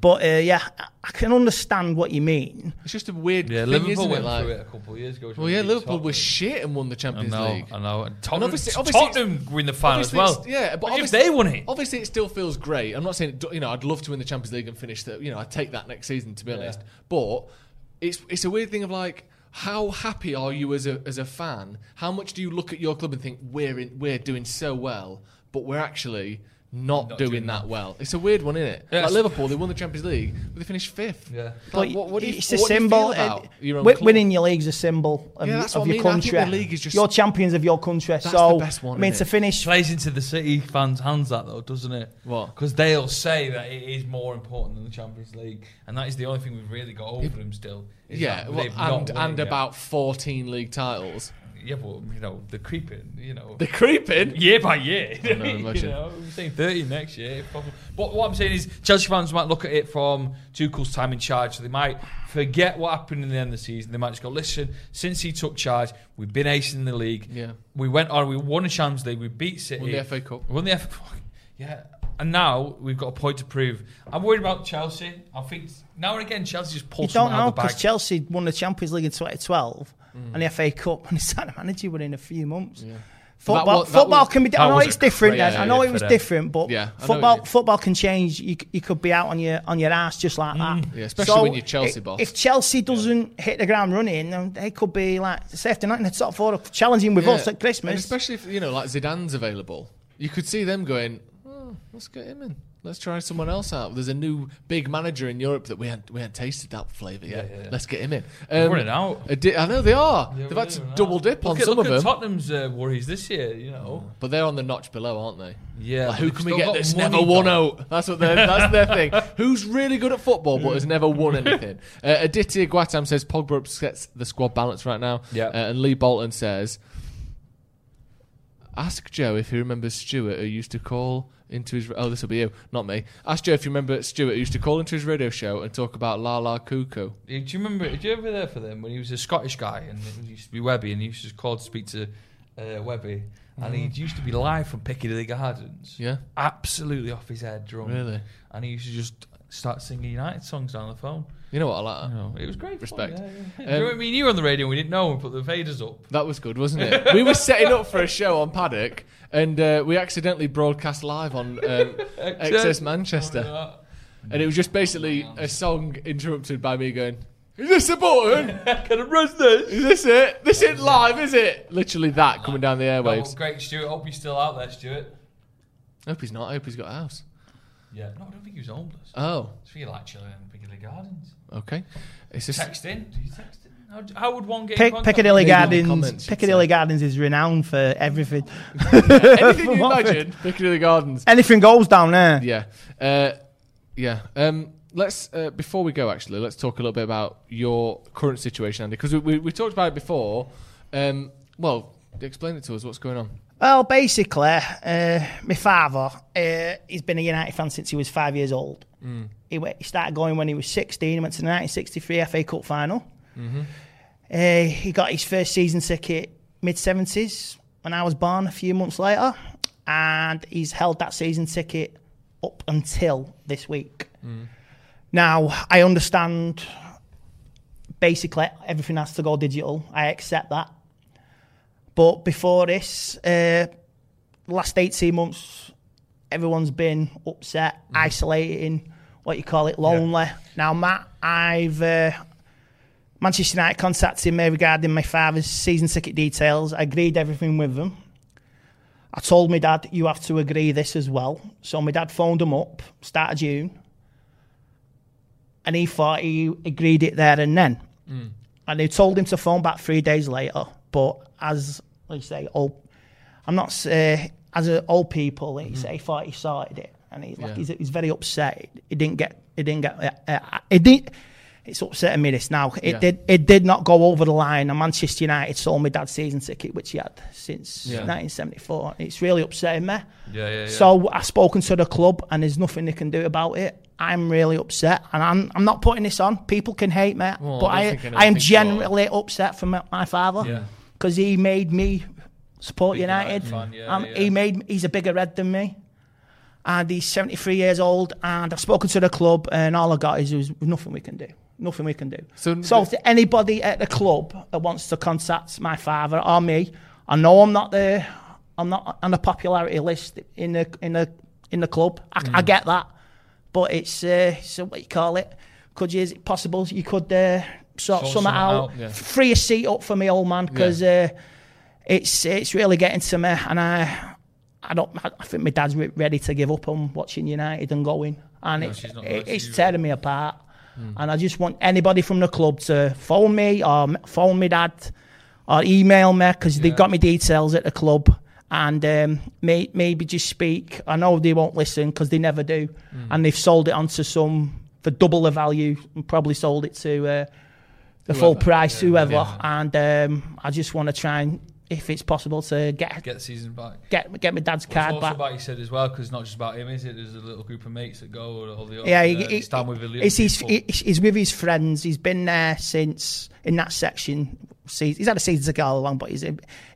Speaker 3: But uh, yeah, I, I can understand what you mean.
Speaker 1: it's just a weird
Speaker 2: Yeah,
Speaker 1: thing,
Speaker 2: Liverpool
Speaker 1: isn't it?
Speaker 2: went
Speaker 1: Like,
Speaker 2: through it a couple of years ago.
Speaker 1: well, yeah, Liverpool was
Speaker 2: shit.
Speaker 1: shit and won the
Speaker 2: I
Speaker 1: Champions
Speaker 2: know,
Speaker 1: League.
Speaker 2: I know. And Tottenham,
Speaker 1: obviously- obviously it's-
Speaker 2: Tottenham win the final as
Speaker 1: Obviously
Speaker 2: well.
Speaker 1: it's- Yeah, but
Speaker 2: Imagine if
Speaker 1: obviously
Speaker 2: they won it.
Speaker 1: Obviously, it still feels great. I'm not saying it do- you know I'd love to win the Champions League and finish that. You know, I'd take that next season to be honest. But it's it's a weird thing of like. How happy are you as a as a fan? How much do you look at your club and think we're in, we're doing so well, but we're actually not, doing,
Speaker 2: doing
Speaker 1: that well. It's a weird one, isn't it?
Speaker 2: Yeah,
Speaker 1: like
Speaker 2: it's-
Speaker 1: Liverpool, they won the Champions League, but they finished fifth.
Speaker 2: Yeah.
Speaker 1: Like,
Speaker 3: But
Speaker 1: what, what do you,
Speaker 3: it's
Speaker 1: what
Speaker 3: a symbol.
Speaker 1: Do you feel about
Speaker 3: uh,
Speaker 1: your own
Speaker 3: wi-
Speaker 1: club?
Speaker 3: winning your league's a symbol of,
Speaker 1: Yeah,
Speaker 3: your-
Speaker 1: that's what
Speaker 3: of
Speaker 1: I
Speaker 3: your
Speaker 1: mean. I think the
Speaker 3: country.
Speaker 1: league is just-
Speaker 3: You're champions of your country.
Speaker 1: That's the
Speaker 3: so
Speaker 1: best one,
Speaker 3: I mean,
Speaker 1: isn't
Speaker 3: to
Speaker 1: it?
Speaker 3: finish
Speaker 2: Plays into the City fans' hands, that though, doesn't it?
Speaker 1: What?
Speaker 2: Because they'll say that it is more important than the Champions League, and that is the only thing we've really got over them still. is
Speaker 1: Yeah,
Speaker 2: that
Speaker 1: well,
Speaker 2: they've not
Speaker 1: and,
Speaker 2: won it
Speaker 1: and
Speaker 2: yet.
Speaker 1: about 14 league titles.
Speaker 2: yeah, well, you know, they're creeping, you know,
Speaker 1: They're creeping.
Speaker 2: year by year.
Speaker 1: I know, imagine.
Speaker 2: you know, we're saying 30 next year. probably. But what I'm saying is, Chelsea fans might look at it from Tuchel's time in charge, so they might forget what happened in the end of the season. They might just go, listen, since he took charge, we've been acing the league.
Speaker 1: Yeah.
Speaker 2: We went on, we won a Champions League, we beat City.
Speaker 1: Won the FA Cup.
Speaker 2: We won the FA Cup. Yeah. And now we've got a point to prove. I'm worried about Chelsea. I think now and again, Chelsea just
Speaker 3: You
Speaker 2: pulls
Speaker 3: don't
Speaker 2: something out
Speaker 3: know
Speaker 2: of the bag.
Speaker 3: because Chelsea won the Champions League in 2012
Speaker 1: Mm.
Speaker 3: and the FA Cup, and it's had a manager within a few months. Football,
Speaker 1: That wa- that
Speaker 3: football
Speaker 1: was-
Speaker 3: can be. di-
Speaker 2: that
Speaker 3: I know
Speaker 2: was
Speaker 3: it's
Speaker 2: a
Speaker 3: different.
Speaker 2: crazy
Speaker 3: then. I know
Speaker 2: year
Speaker 3: it
Speaker 2: for
Speaker 3: was
Speaker 2: them.
Speaker 3: different, but
Speaker 1: Yeah, I know it
Speaker 3: football
Speaker 1: did.
Speaker 3: football can change. You, c- you could be out on your on your ass just like that.
Speaker 1: Mm. Yeah, especially when you're Chelsea
Speaker 3: i-
Speaker 1: boss.
Speaker 3: If Chelsea doesn't hit the ground running, then they could be like say if they're not in the top four, challenging with
Speaker 1: Yeah.
Speaker 3: us at
Speaker 1: And
Speaker 3: Christmas.
Speaker 1: especially if, you know, like Zidane's available. You could see them going, oh, let's get him in. Let's try someone else out. There's a new big manager in Europe that we hadn't, we hadn't tasted that flavour yet.
Speaker 2: Yeah, yeah.
Speaker 1: Let's get him in. Um,
Speaker 2: running out.
Speaker 1: I di- I know they are.
Speaker 2: Yeah,
Speaker 1: They've
Speaker 2: we're
Speaker 1: had to
Speaker 2: doing that.
Speaker 1: double dip on
Speaker 2: Look at-
Speaker 1: some
Speaker 2: look
Speaker 1: of
Speaker 2: at
Speaker 1: them,
Speaker 2: Tottenham's uh, worries this year, you know.
Speaker 1: but they're on the notch below, aren't they? Like,
Speaker 2: Yeah, but
Speaker 1: who
Speaker 2: they've
Speaker 1: can we
Speaker 2: still
Speaker 1: get
Speaker 2: got
Speaker 1: that's
Speaker 2: money,
Speaker 1: never won
Speaker 2: though.
Speaker 1: out? That's what they're, that's their thing. Who's really good at football but has never won anything? Uh, Aditya Guatam says Pogba upsets the squad balance right now.
Speaker 2: Yeah.
Speaker 1: Uh, and Lee Bolton says, ask Joe if he remembers Stuart who used to call into his oh this will be you not me. Ask Joe if you remember Stuart who used to call into his radio show and talk about La La Cuckoo.
Speaker 2: Do you remember? Did you ever there for them when he was a Scottish guy and he used to be Webby and he used to call to speak to uh, Webby and he used to be live from Piccadilly Gardens.
Speaker 1: Mm. Yeah.
Speaker 2: absolutely off his head, drunk.
Speaker 1: Really?
Speaker 2: and he used to just start singing United songs down the phone.
Speaker 1: You know what I like. that.
Speaker 2: You know, it was great. fun,
Speaker 1: Oh. Respect.
Speaker 2: yeah, yeah. Do you know
Speaker 1: Um,
Speaker 2: what I mean? You were on the radio and we didn't know. and We put the faders up.
Speaker 1: That was good, wasn't it? we were setting up for a show on Paddock, and uh, we accidentally broadcast live on um, XS Manchester,
Speaker 2: Uh,
Speaker 1: and it was just basically a song interrupted by me going, "Is this the button?
Speaker 2: Can I press this?
Speaker 1: Is this it? This it live? Is it?" Literally that coming down the
Speaker 2: Oh,
Speaker 1: airwaves.
Speaker 2: great, Stuart. Hope you're still out there, Stuart.
Speaker 1: I hope he's not. I hope he's got a house.
Speaker 2: Yeah. No, I don't think he was homeless.
Speaker 1: Oh,
Speaker 2: It's for you like chilling in Piccadilly Gardens.
Speaker 1: okay. It's just
Speaker 2: Text in. Do you text in? How, d- how would one get in
Speaker 3: Pic-
Speaker 2: contact?
Speaker 3: Piccadilly
Speaker 1: Maybe in the
Speaker 3: Gardens.
Speaker 1: comments, you'd
Speaker 3: Piccadilly
Speaker 1: say.
Speaker 3: Gardens is renowned for everything.
Speaker 1: anything you
Speaker 3: From Watford.
Speaker 1: imagine. Piccadilly Gardens.
Speaker 3: Anything goes down there.
Speaker 1: Yeah, uh, yeah. Um, let's uh, before we go, actually, let's talk a little bit about your current situation, Andy, because we, we we talked about it before. Um, well, explain it to us. What's going on?
Speaker 3: Well, basically, uh, my father, uh, he's been a United fan since he was five years old. He, went, he started going when he was 16. He went to the 1963 FA Cup final. Uh, he got his first season ticket mid 70s when I was born a few months later. And he's held that season ticket up until this week. Now, I understand basically everything has to go digital. I accept that. But before this, uh, last 18 months, everyone's been upset, isolating, what you call it, lonely. Now, Matt, I've. Uh, Manchester United contacted me regarding my father's season ticket details. I agreed everything with them. I told my dad, you have to agree this as well. So my dad phoned him up, start of June, and he thought he agreed it there and then.
Speaker 1: Hmm.
Speaker 3: And they told him to phone back three days later. But as they say, old, I'm not uh, as a old people. He said he thought he sorted it, and he's like
Speaker 1: Mm-hmm. Yeah.
Speaker 3: he's, he's very upset. He didn't get. He didn't get. Uh, uh, it did. It's upsetting me this now. It
Speaker 1: Yeah.
Speaker 3: did. It did not go over the line. And Manchester United sold my dad's season ticket, which he had since
Speaker 1: Yeah.
Speaker 3: 1974. It's really upsetting me.
Speaker 2: Yeah, yeah, yeah.
Speaker 3: So I've spoken to the club, and there's nothing they can do about it. I'm really upset, and I'm, I'm not putting this on. People can hate me,
Speaker 1: Well,
Speaker 3: but
Speaker 1: I don't
Speaker 3: I
Speaker 1: think anyone
Speaker 3: I am
Speaker 1: thinks you are.
Speaker 3: generally upset for my, my
Speaker 2: Yeah.
Speaker 3: father because he made me support
Speaker 2: Big
Speaker 3: United.
Speaker 2: United fan, yeah,
Speaker 3: um,
Speaker 2: yeah.
Speaker 3: He made he's a bigger red than me, and he's 73 years old. And I've spoken to the club, and all I got is there's nothing we can do. Nothing we can do.
Speaker 1: So-
Speaker 3: so to anybody at the club that wants to contact my father or me, I know I'm not there. I'm not on the popularity list in the in the in the club. I, I get that, but it's uh, so what you call it. Could you? Is it possible you could uh, sort,
Speaker 2: Sort
Speaker 3: something
Speaker 2: something out,
Speaker 3: out?
Speaker 2: yeah.
Speaker 3: Free a seat up for me, old man, because uh, it's it's really getting to me, and I I don't. I I think my dad's re- ready to give up on watching United and going, and it's
Speaker 2: she's not Hmm.
Speaker 3: it,
Speaker 2: like you.
Speaker 3: it's tearing me apart. And I just want anybody from the club to phone me or m- phone me dad or email me because they've got my details at the club and um, may, maybe just speak. I know they won't listen because they never do,
Speaker 2: Hmm.
Speaker 3: and they've sold it onto some for double the value and probably sold it to. Uh, the full
Speaker 1: Whoever,
Speaker 3: price, whoever,
Speaker 2: Yeah.
Speaker 3: and um, I just want to try and, if it's possible, to get
Speaker 2: Get the season back.
Speaker 3: get get my dad's
Speaker 2: it's
Speaker 3: card
Speaker 2: also
Speaker 3: back.
Speaker 2: about you said as well because it's not just about him, is it? There's a little group of mates that go or all the
Speaker 1: uh,
Speaker 3: Yeah,
Speaker 2: you
Speaker 3: he-
Speaker 2: know, they
Speaker 3: he-
Speaker 2: stand with the
Speaker 3: It's his,
Speaker 2: people.
Speaker 3: it's- he's with his friends. He's been there since in that section. se- He's had a season to go along, but he's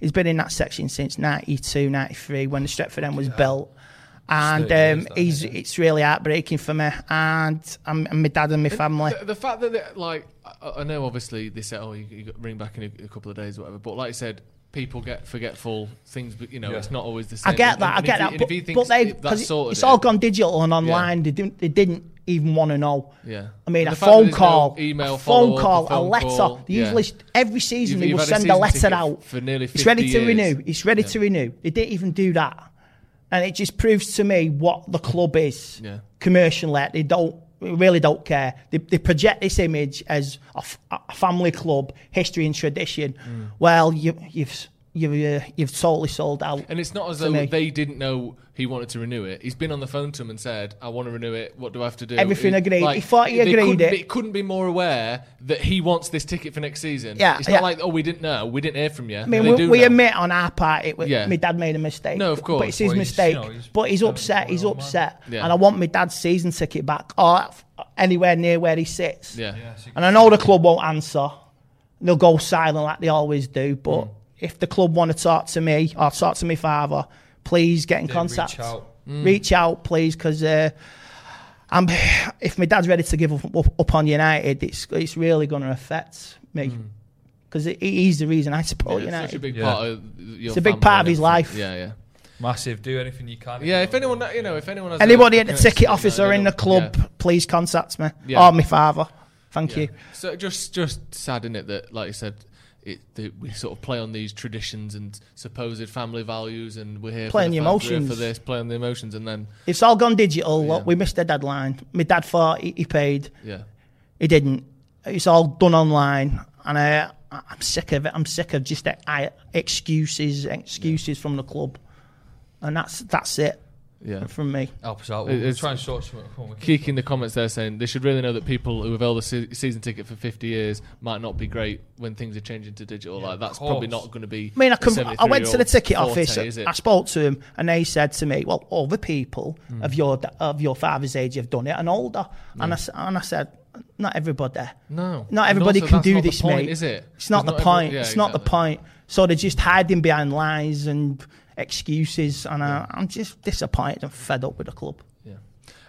Speaker 3: he's been in that section since 92, 93 when the Stretford End was built. And
Speaker 2: thirty years,
Speaker 3: um,
Speaker 2: that,
Speaker 3: he's
Speaker 2: isn't
Speaker 3: it's really heartbreaking for me and, and and my dad and my family.
Speaker 1: The, the fact that, they- like, I, I know obviously they said, oh, you, you got ring back in a, a couple of days or whatever, but like I said, people get forgetful things, but you know,
Speaker 2: Yeah.
Speaker 1: it's not always the same.
Speaker 3: I get
Speaker 1: And-
Speaker 3: that. I
Speaker 1: and
Speaker 3: get
Speaker 1: if he-
Speaker 3: that.
Speaker 1: and
Speaker 3: But,
Speaker 1: if he
Speaker 3: but
Speaker 1: thinks
Speaker 3: they,
Speaker 1: it- that's
Speaker 3: 'cause it-
Speaker 1: sorted
Speaker 3: it's all
Speaker 1: it-
Speaker 3: gone digital and online. They didn't they didn't even want to know.
Speaker 1: Yeah.
Speaker 3: I
Speaker 1: And
Speaker 3: mean, a
Speaker 1: the fact that
Speaker 3: phone
Speaker 1: there's no
Speaker 3: call,
Speaker 1: email
Speaker 3: a phone
Speaker 1: follow-up,
Speaker 3: call,
Speaker 1: a
Speaker 3: a,
Speaker 1: phone
Speaker 3: letter.
Speaker 1: call,
Speaker 3: They
Speaker 1: yeah.
Speaker 3: Usually, every season
Speaker 1: You've-
Speaker 3: they
Speaker 1: you've
Speaker 3: will
Speaker 1: had a
Speaker 3: send a
Speaker 1: season
Speaker 3: letter
Speaker 1: ticket
Speaker 3: out.
Speaker 1: for nearly
Speaker 3: it's ready
Speaker 1: 50
Speaker 3: to renew.
Speaker 1: years.
Speaker 3: It's ready
Speaker 1: Yeah.
Speaker 3: to renew. They didn't even do that, and it just proves to me what the club is
Speaker 1: Yeah.
Speaker 3: commercially. They don't they really don't care. They, they project this image as a, f- a family club, history and tradition.
Speaker 1: Mm.
Speaker 3: Well, you, you've you've uh, you've totally sold out.
Speaker 1: And it's not as
Speaker 3: to
Speaker 1: though
Speaker 3: me.
Speaker 1: they didn't know he wanted to renew it. He's been on the phone to him and said, "I want to renew it. What do I have to do?"
Speaker 3: Everything agreed. He thought he
Speaker 1: they
Speaker 3: agreed
Speaker 1: couldn't
Speaker 3: it.
Speaker 1: Be, couldn't be more aware that he wants this ticket for next season.
Speaker 3: Yeah,
Speaker 1: it's not
Speaker 3: yeah.
Speaker 1: like, "Oh, we didn't know. We didn't hear from you."
Speaker 3: I mean,
Speaker 1: they
Speaker 3: we,
Speaker 1: do
Speaker 3: we
Speaker 1: know.
Speaker 3: admit on our part, it was,
Speaker 1: Yeah.
Speaker 3: my dad made a mistake.
Speaker 1: No, of
Speaker 3: But it's
Speaker 1: course.
Speaker 3: his
Speaker 2: Well, he's,
Speaker 3: mistake.
Speaker 2: you know, he's
Speaker 3: but he's
Speaker 2: done
Speaker 3: upset. He's
Speaker 2: well, man.
Speaker 3: upset.
Speaker 1: Yeah.
Speaker 3: And I want my dad's season ticket back or f- anywhere near where he sits.
Speaker 1: Yeah.
Speaker 2: Yeah, so you
Speaker 3: And I know the club won't answer. They'll go silent like they always do.
Speaker 1: Mm.
Speaker 3: But if the club want to talk to me or talk to my father, please get in
Speaker 2: Yeah, reach
Speaker 3: contact.
Speaker 2: out.
Speaker 1: Mm.
Speaker 3: Reach out, please, because uh, I'm. If my dad's ready to give up, up, up on United, it's it's really going to affect me because it, it is the reason I
Speaker 1: Mm. Yeah,
Speaker 3: support
Speaker 1: it's
Speaker 3: United.
Speaker 1: such a big
Speaker 2: Yeah.
Speaker 1: part of your
Speaker 3: Oh, It's a big
Speaker 1: family
Speaker 3: part
Speaker 1: and
Speaker 3: of his
Speaker 1: everything.
Speaker 3: life.
Speaker 1: Yeah, yeah,
Speaker 2: massive. Do anything you can.
Speaker 1: yeah. If anyone, you know, if anyone, has
Speaker 3: Anybody
Speaker 1: a-
Speaker 3: at the
Speaker 1: a
Speaker 3: ticket
Speaker 1: connection,
Speaker 3: office
Speaker 1: no,
Speaker 3: or
Speaker 1: they
Speaker 3: in the
Speaker 1: don't-
Speaker 3: club,
Speaker 1: yeah.
Speaker 3: please contact me
Speaker 1: Yeah.
Speaker 3: or my father. Thank
Speaker 1: Yeah.
Speaker 3: you.
Speaker 1: So just just sad, is it, that like you said, it that we sort of play on these traditions and supposed family values, and we're here
Speaker 3: Play
Speaker 1: for
Speaker 3: on
Speaker 1: the
Speaker 3: the
Speaker 1: fans, we're here for
Speaker 3: emotions.
Speaker 1: this, playing the emotions, and then
Speaker 3: It's all gone digital. Look,
Speaker 1: Yeah.
Speaker 3: we missed the deadline. My dad thought he, he paid.
Speaker 1: yeah.
Speaker 3: He didn't. It's all done online, and uh, I- I'm sick of it. I'm sick of just uh, I, excuses, excuses from the club, and that's that's it
Speaker 1: Yeah.
Speaker 3: from me.
Speaker 2: help us
Speaker 1: It-
Speaker 2: out. We'll, we'll
Speaker 1: it's-
Speaker 2: try and sort something. out when we can.
Speaker 1: Keek in the comments there saying they should really know that people who have held a se- season ticket for 50 years might not be great when things are changing to digital. like that's
Speaker 2: course.
Speaker 1: probably not going to be.
Speaker 3: I mean, I,
Speaker 1: a
Speaker 3: come, I went to
Speaker 1: 73-year-old
Speaker 3: the ticket
Speaker 1: forte,
Speaker 3: office.
Speaker 1: Is it?
Speaker 3: I spoke to him, and they said to me, "Well, all the people
Speaker 1: Hmm.
Speaker 3: of your of your father's age have done it, and older." And I s- and I said, "Not everybody.
Speaker 1: no,
Speaker 3: Not
Speaker 1: And
Speaker 3: everybody
Speaker 1: also,
Speaker 3: can
Speaker 1: that's
Speaker 3: do
Speaker 1: not the
Speaker 3: this,
Speaker 1: point,
Speaker 3: mate.
Speaker 1: Is it?
Speaker 3: It's not
Speaker 1: There's
Speaker 3: the
Speaker 1: every-
Speaker 3: point.
Speaker 1: yeah,
Speaker 3: it's not the
Speaker 1: exactly.
Speaker 3: point. So they're just hiding behind lies and excuses, and I, I'm just disappointed and fed up with the club.
Speaker 1: Yeah.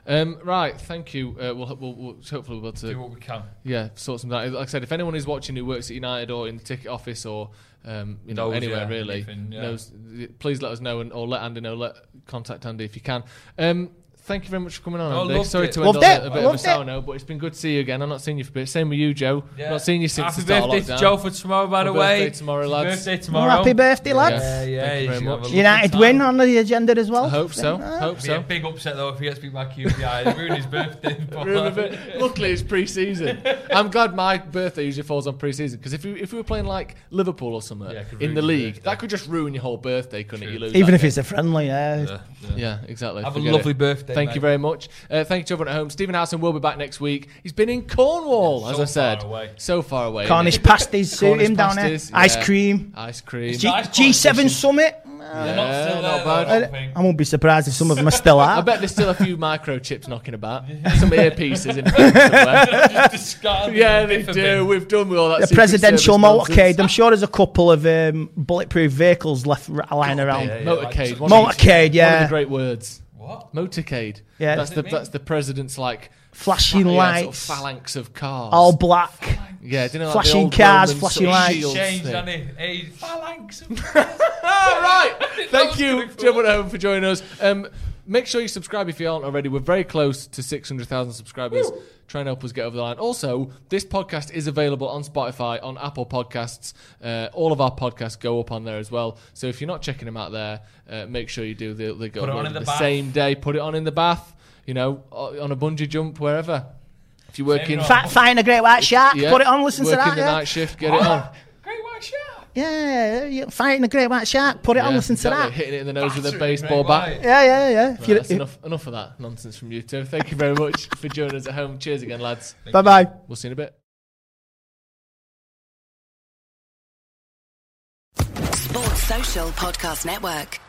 Speaker 1: Um, right, thank you. Uh, we'll, we'll, we'll hopefully we'll be able to
Speaker 2: do what we can.
Speaker 1: Yeah, sort something out. Like I said, if anyone is watching who works at United or in the ticket office or um, you know
Speaker 2: Knows,
Speaker 1: anywhere
Speaker 2: yeah,
Speaker 1: really,
Speaker 2: anything, yeah.
Speaker 1: knows, please let us know and or let Andy know. Let contact Andy if you can. Um, thank you very much for coming on.
Speaker 2: Oh,
Speaker 1: Andy.
Speaker 2: loved
Speaker 1: Sorry
Speaker 2: it.
Speaker 1: to
Speaker 3: Loved
Speaker 1: end on a-
Speaker 3: it.
Speaker 1: a bit of a
Speaker 3: Loved it.
Speaker 1: sour note, but it's been good to see you again. I've not seen you for a bit. Same with you, Joe.
Speaker 2: Yeah.
Speaker 1: Not seen you since the
Speaker 2: Happy
Speaker 1: start
Speaker 2: birthday
Speaker 1: of lockdown.
Speaker 2: to Joe for tomorrow, by
Speaker 1: Happy
Speaker 2: the way.
Speaker 1: birthday tomorrow,
Speaker 2: Happy
Speaker 1: lads.
Speaker 2: Birthday
Speaker 3: Well,
Speaker 2: tomorrow.
Speaker 3: happy birthday, lads!
Speaker 1: Yes.
Speaker 2: Yeah, yeah.
Speaker 1: Thank you
Speaker 2: he's
Speaker 1: very
Speaker 2: gonna have a
Speaker 1: much.
Speaker 2: lovely
Speaker 3: United
Speaker 2: time.
Speaker 3: win on the agenda as well.
Speaker 1: I hope so.
Speaker 3: Uh,
Speaker 1: Hope
Speaker 2: Be a
Speaker 1: so.
Speaker 2: big upset though if he gets beat by QPR. It ruined his birthday. but-
Speaker 1: Ruin a bit. Luckily, it's pre-season. I'm glad my birthday usually falls on pre-season because if we if we were playing like Liverpool or something
Speaker 2: Yeah, it could
Speaker 1: in
Speaker 2: ruin
Speaker 1: the
Speaker 2: your
Speaker 1: league,
Speaker 2: birthday.
Speaker 1: that could just ruin your whole birthday, couldn't it?
Speaker 2: True.
Speaker 1: You lose
Speaker 3: uh, Even
Speaker 1: that
Speaker 3: if
Speaker 1: game.
Speaker 3: it's a friendly, uh,
Speaker 2: Yeah,
Speaker 1: Yeah, exactly.
Speaker 2: Have a
Speaker 1: Forget
Speaker 2: lovely
Speaker 1: it.
Speaker 2: birthday.
Speaker 1: Thank
Speaker 2: mate.
Speaker 1: you very much. Uh, thank you to everyone at home. Stephen Howson will be back next week. He's been in Cornwall,
Speaker 2: Yeah,
Speaker 1: as
Speaker 2: so
Speaker 1: I said.
Speaker 2: far away.
Speaker 1: So far away.
Speaker 3: Cornish
Speaker 1: isn't it?
Speaker 3: pasties suit
Speaker 1: Cornish
Speaker 3: him down there.
Speaker 1: pasties, yeah.
Speaker 3: Ice cream.
Speaker 1: Ice cream.
Speaker 3: G-
Speaker 2: Nice
Speaker 3: G7
Speaker 2: competition.
Speaker 3: summit.
Speaker 1: Yeah,
Speaker 2: Not still
Speaker 1: not
Speaker 2: there,
Speaker 1: bad.
Speaker 2: though.
Speaker 3: I, I won't be surprised if some of them are still
Speaker 1: I
Speaker 3: out.
Speaker 1: bet there's still a few microchips knocking about. Some earpieces in there somewhere.
Speaker 2: Just discard
Speaker 1: Yeah,
Speaker 2: them.
Speaker 1: they
Speaker 2: If a
Speaker 1: do.
Speaker 2: bin.
Speaker 1: We've done with all that.
Speaker 3: The
Speaker 1: Secret
Speaker 3: presidential
Speaker 1: Service nonsense.
Speaker 3: motorcade. I'm sure there's a couple of um, bulletproof vehicles left r- lying around.
Speaker 1: eh?
Speaker 2: yeah.
Speaker 1: Motorcade. one of the-
Speaker 3: Motorcade,
Speaker 1: One of the
Speaker 3: yeah.
Speaker 1: great words.
Speaker 2: What?
Speaker 1: Motorcade.
Speaker 3: Yeah.
Speaker 1: That's the
Speaker 2: Does it mean-
Speaker 1: that's the president's like
Speaker 3: Flashing
Speaker 1: fa- yeah, sort of
Speaker 3: lights.
Speaker 1: phalanx of cars.
Speaker 3: All black.
Speaker 1: yeah, didn't like the
Speaker 3: flashing
Speaker 1: old
Speaker 3: cars,
Speaker 1: Roman
Speaker 3: flashing
Speaker 1: sort of
Speaker 3: lights.
Speaker 1: shields
Speaker 2: Changed,
Speaker 1: thing.
Speaker 2: Danny. Hey, phalanx.
Speaker 1: All right.
Speaker 2: That
Speaker 1: Thank
Speaker 2: was
Speaker 1: you,
Speaker 2: pretty cool.
Speaker 1: Jim at home, for joining us. Um, Make sure you subscribe if you aren't already. We're very close to 600,000 subscribers. Try and help us get over the line. Also, this podcast is available on Spotify, on Apple Podcasts. Uh, all of our podcasts go up on there as well. So if you're not checking them out there, uh, make sure you do. They, they go
Speaker 2: Put it
Speaker 1: up
Speaker 2: on in
Speaker 1: the,
Speaker 2: the bath.
Speaker 1: same day. Put it on in the bath, you know, o- on a bungee jump, wherever. If you work in.
Speaker 2: Same rock.
Speaker 3: Fi- find a great white shark,
Speaker 1: yeah,
Speaker 3: put it on, listen to
Speaker 1: work
Speaker 3: that.
Speaker 1: in the
Speaker 3: yeah.
Speaker 1: night shift, get it on.
Speaker 2: Great work, Shark.
Speaker 3: yeah, yeah, find a great white shark, put it on,
Speaker 1: Yeah,
Speaker 3: listen
Speaker 1: exactly.
Speaker 3: to that.
Speaker 1: Hitting it in the nose with a
Speaker 2: Battering, mate,
Speaker 1: baseball bat.
Speaker 2: right.
Speaker 3: Yeah, yeah, yeah. If
Speaker 1: Right,
Speaker 3: you-
Speaker 1: that's enough, enough of that nonsense from you two. Thank you very much for joining us at home. Cheers again, lads.
Speaker 3: Bye bye.
Speaker 1: We'll see you in a bit.
Speaker 4: Sports Social Podcast Network.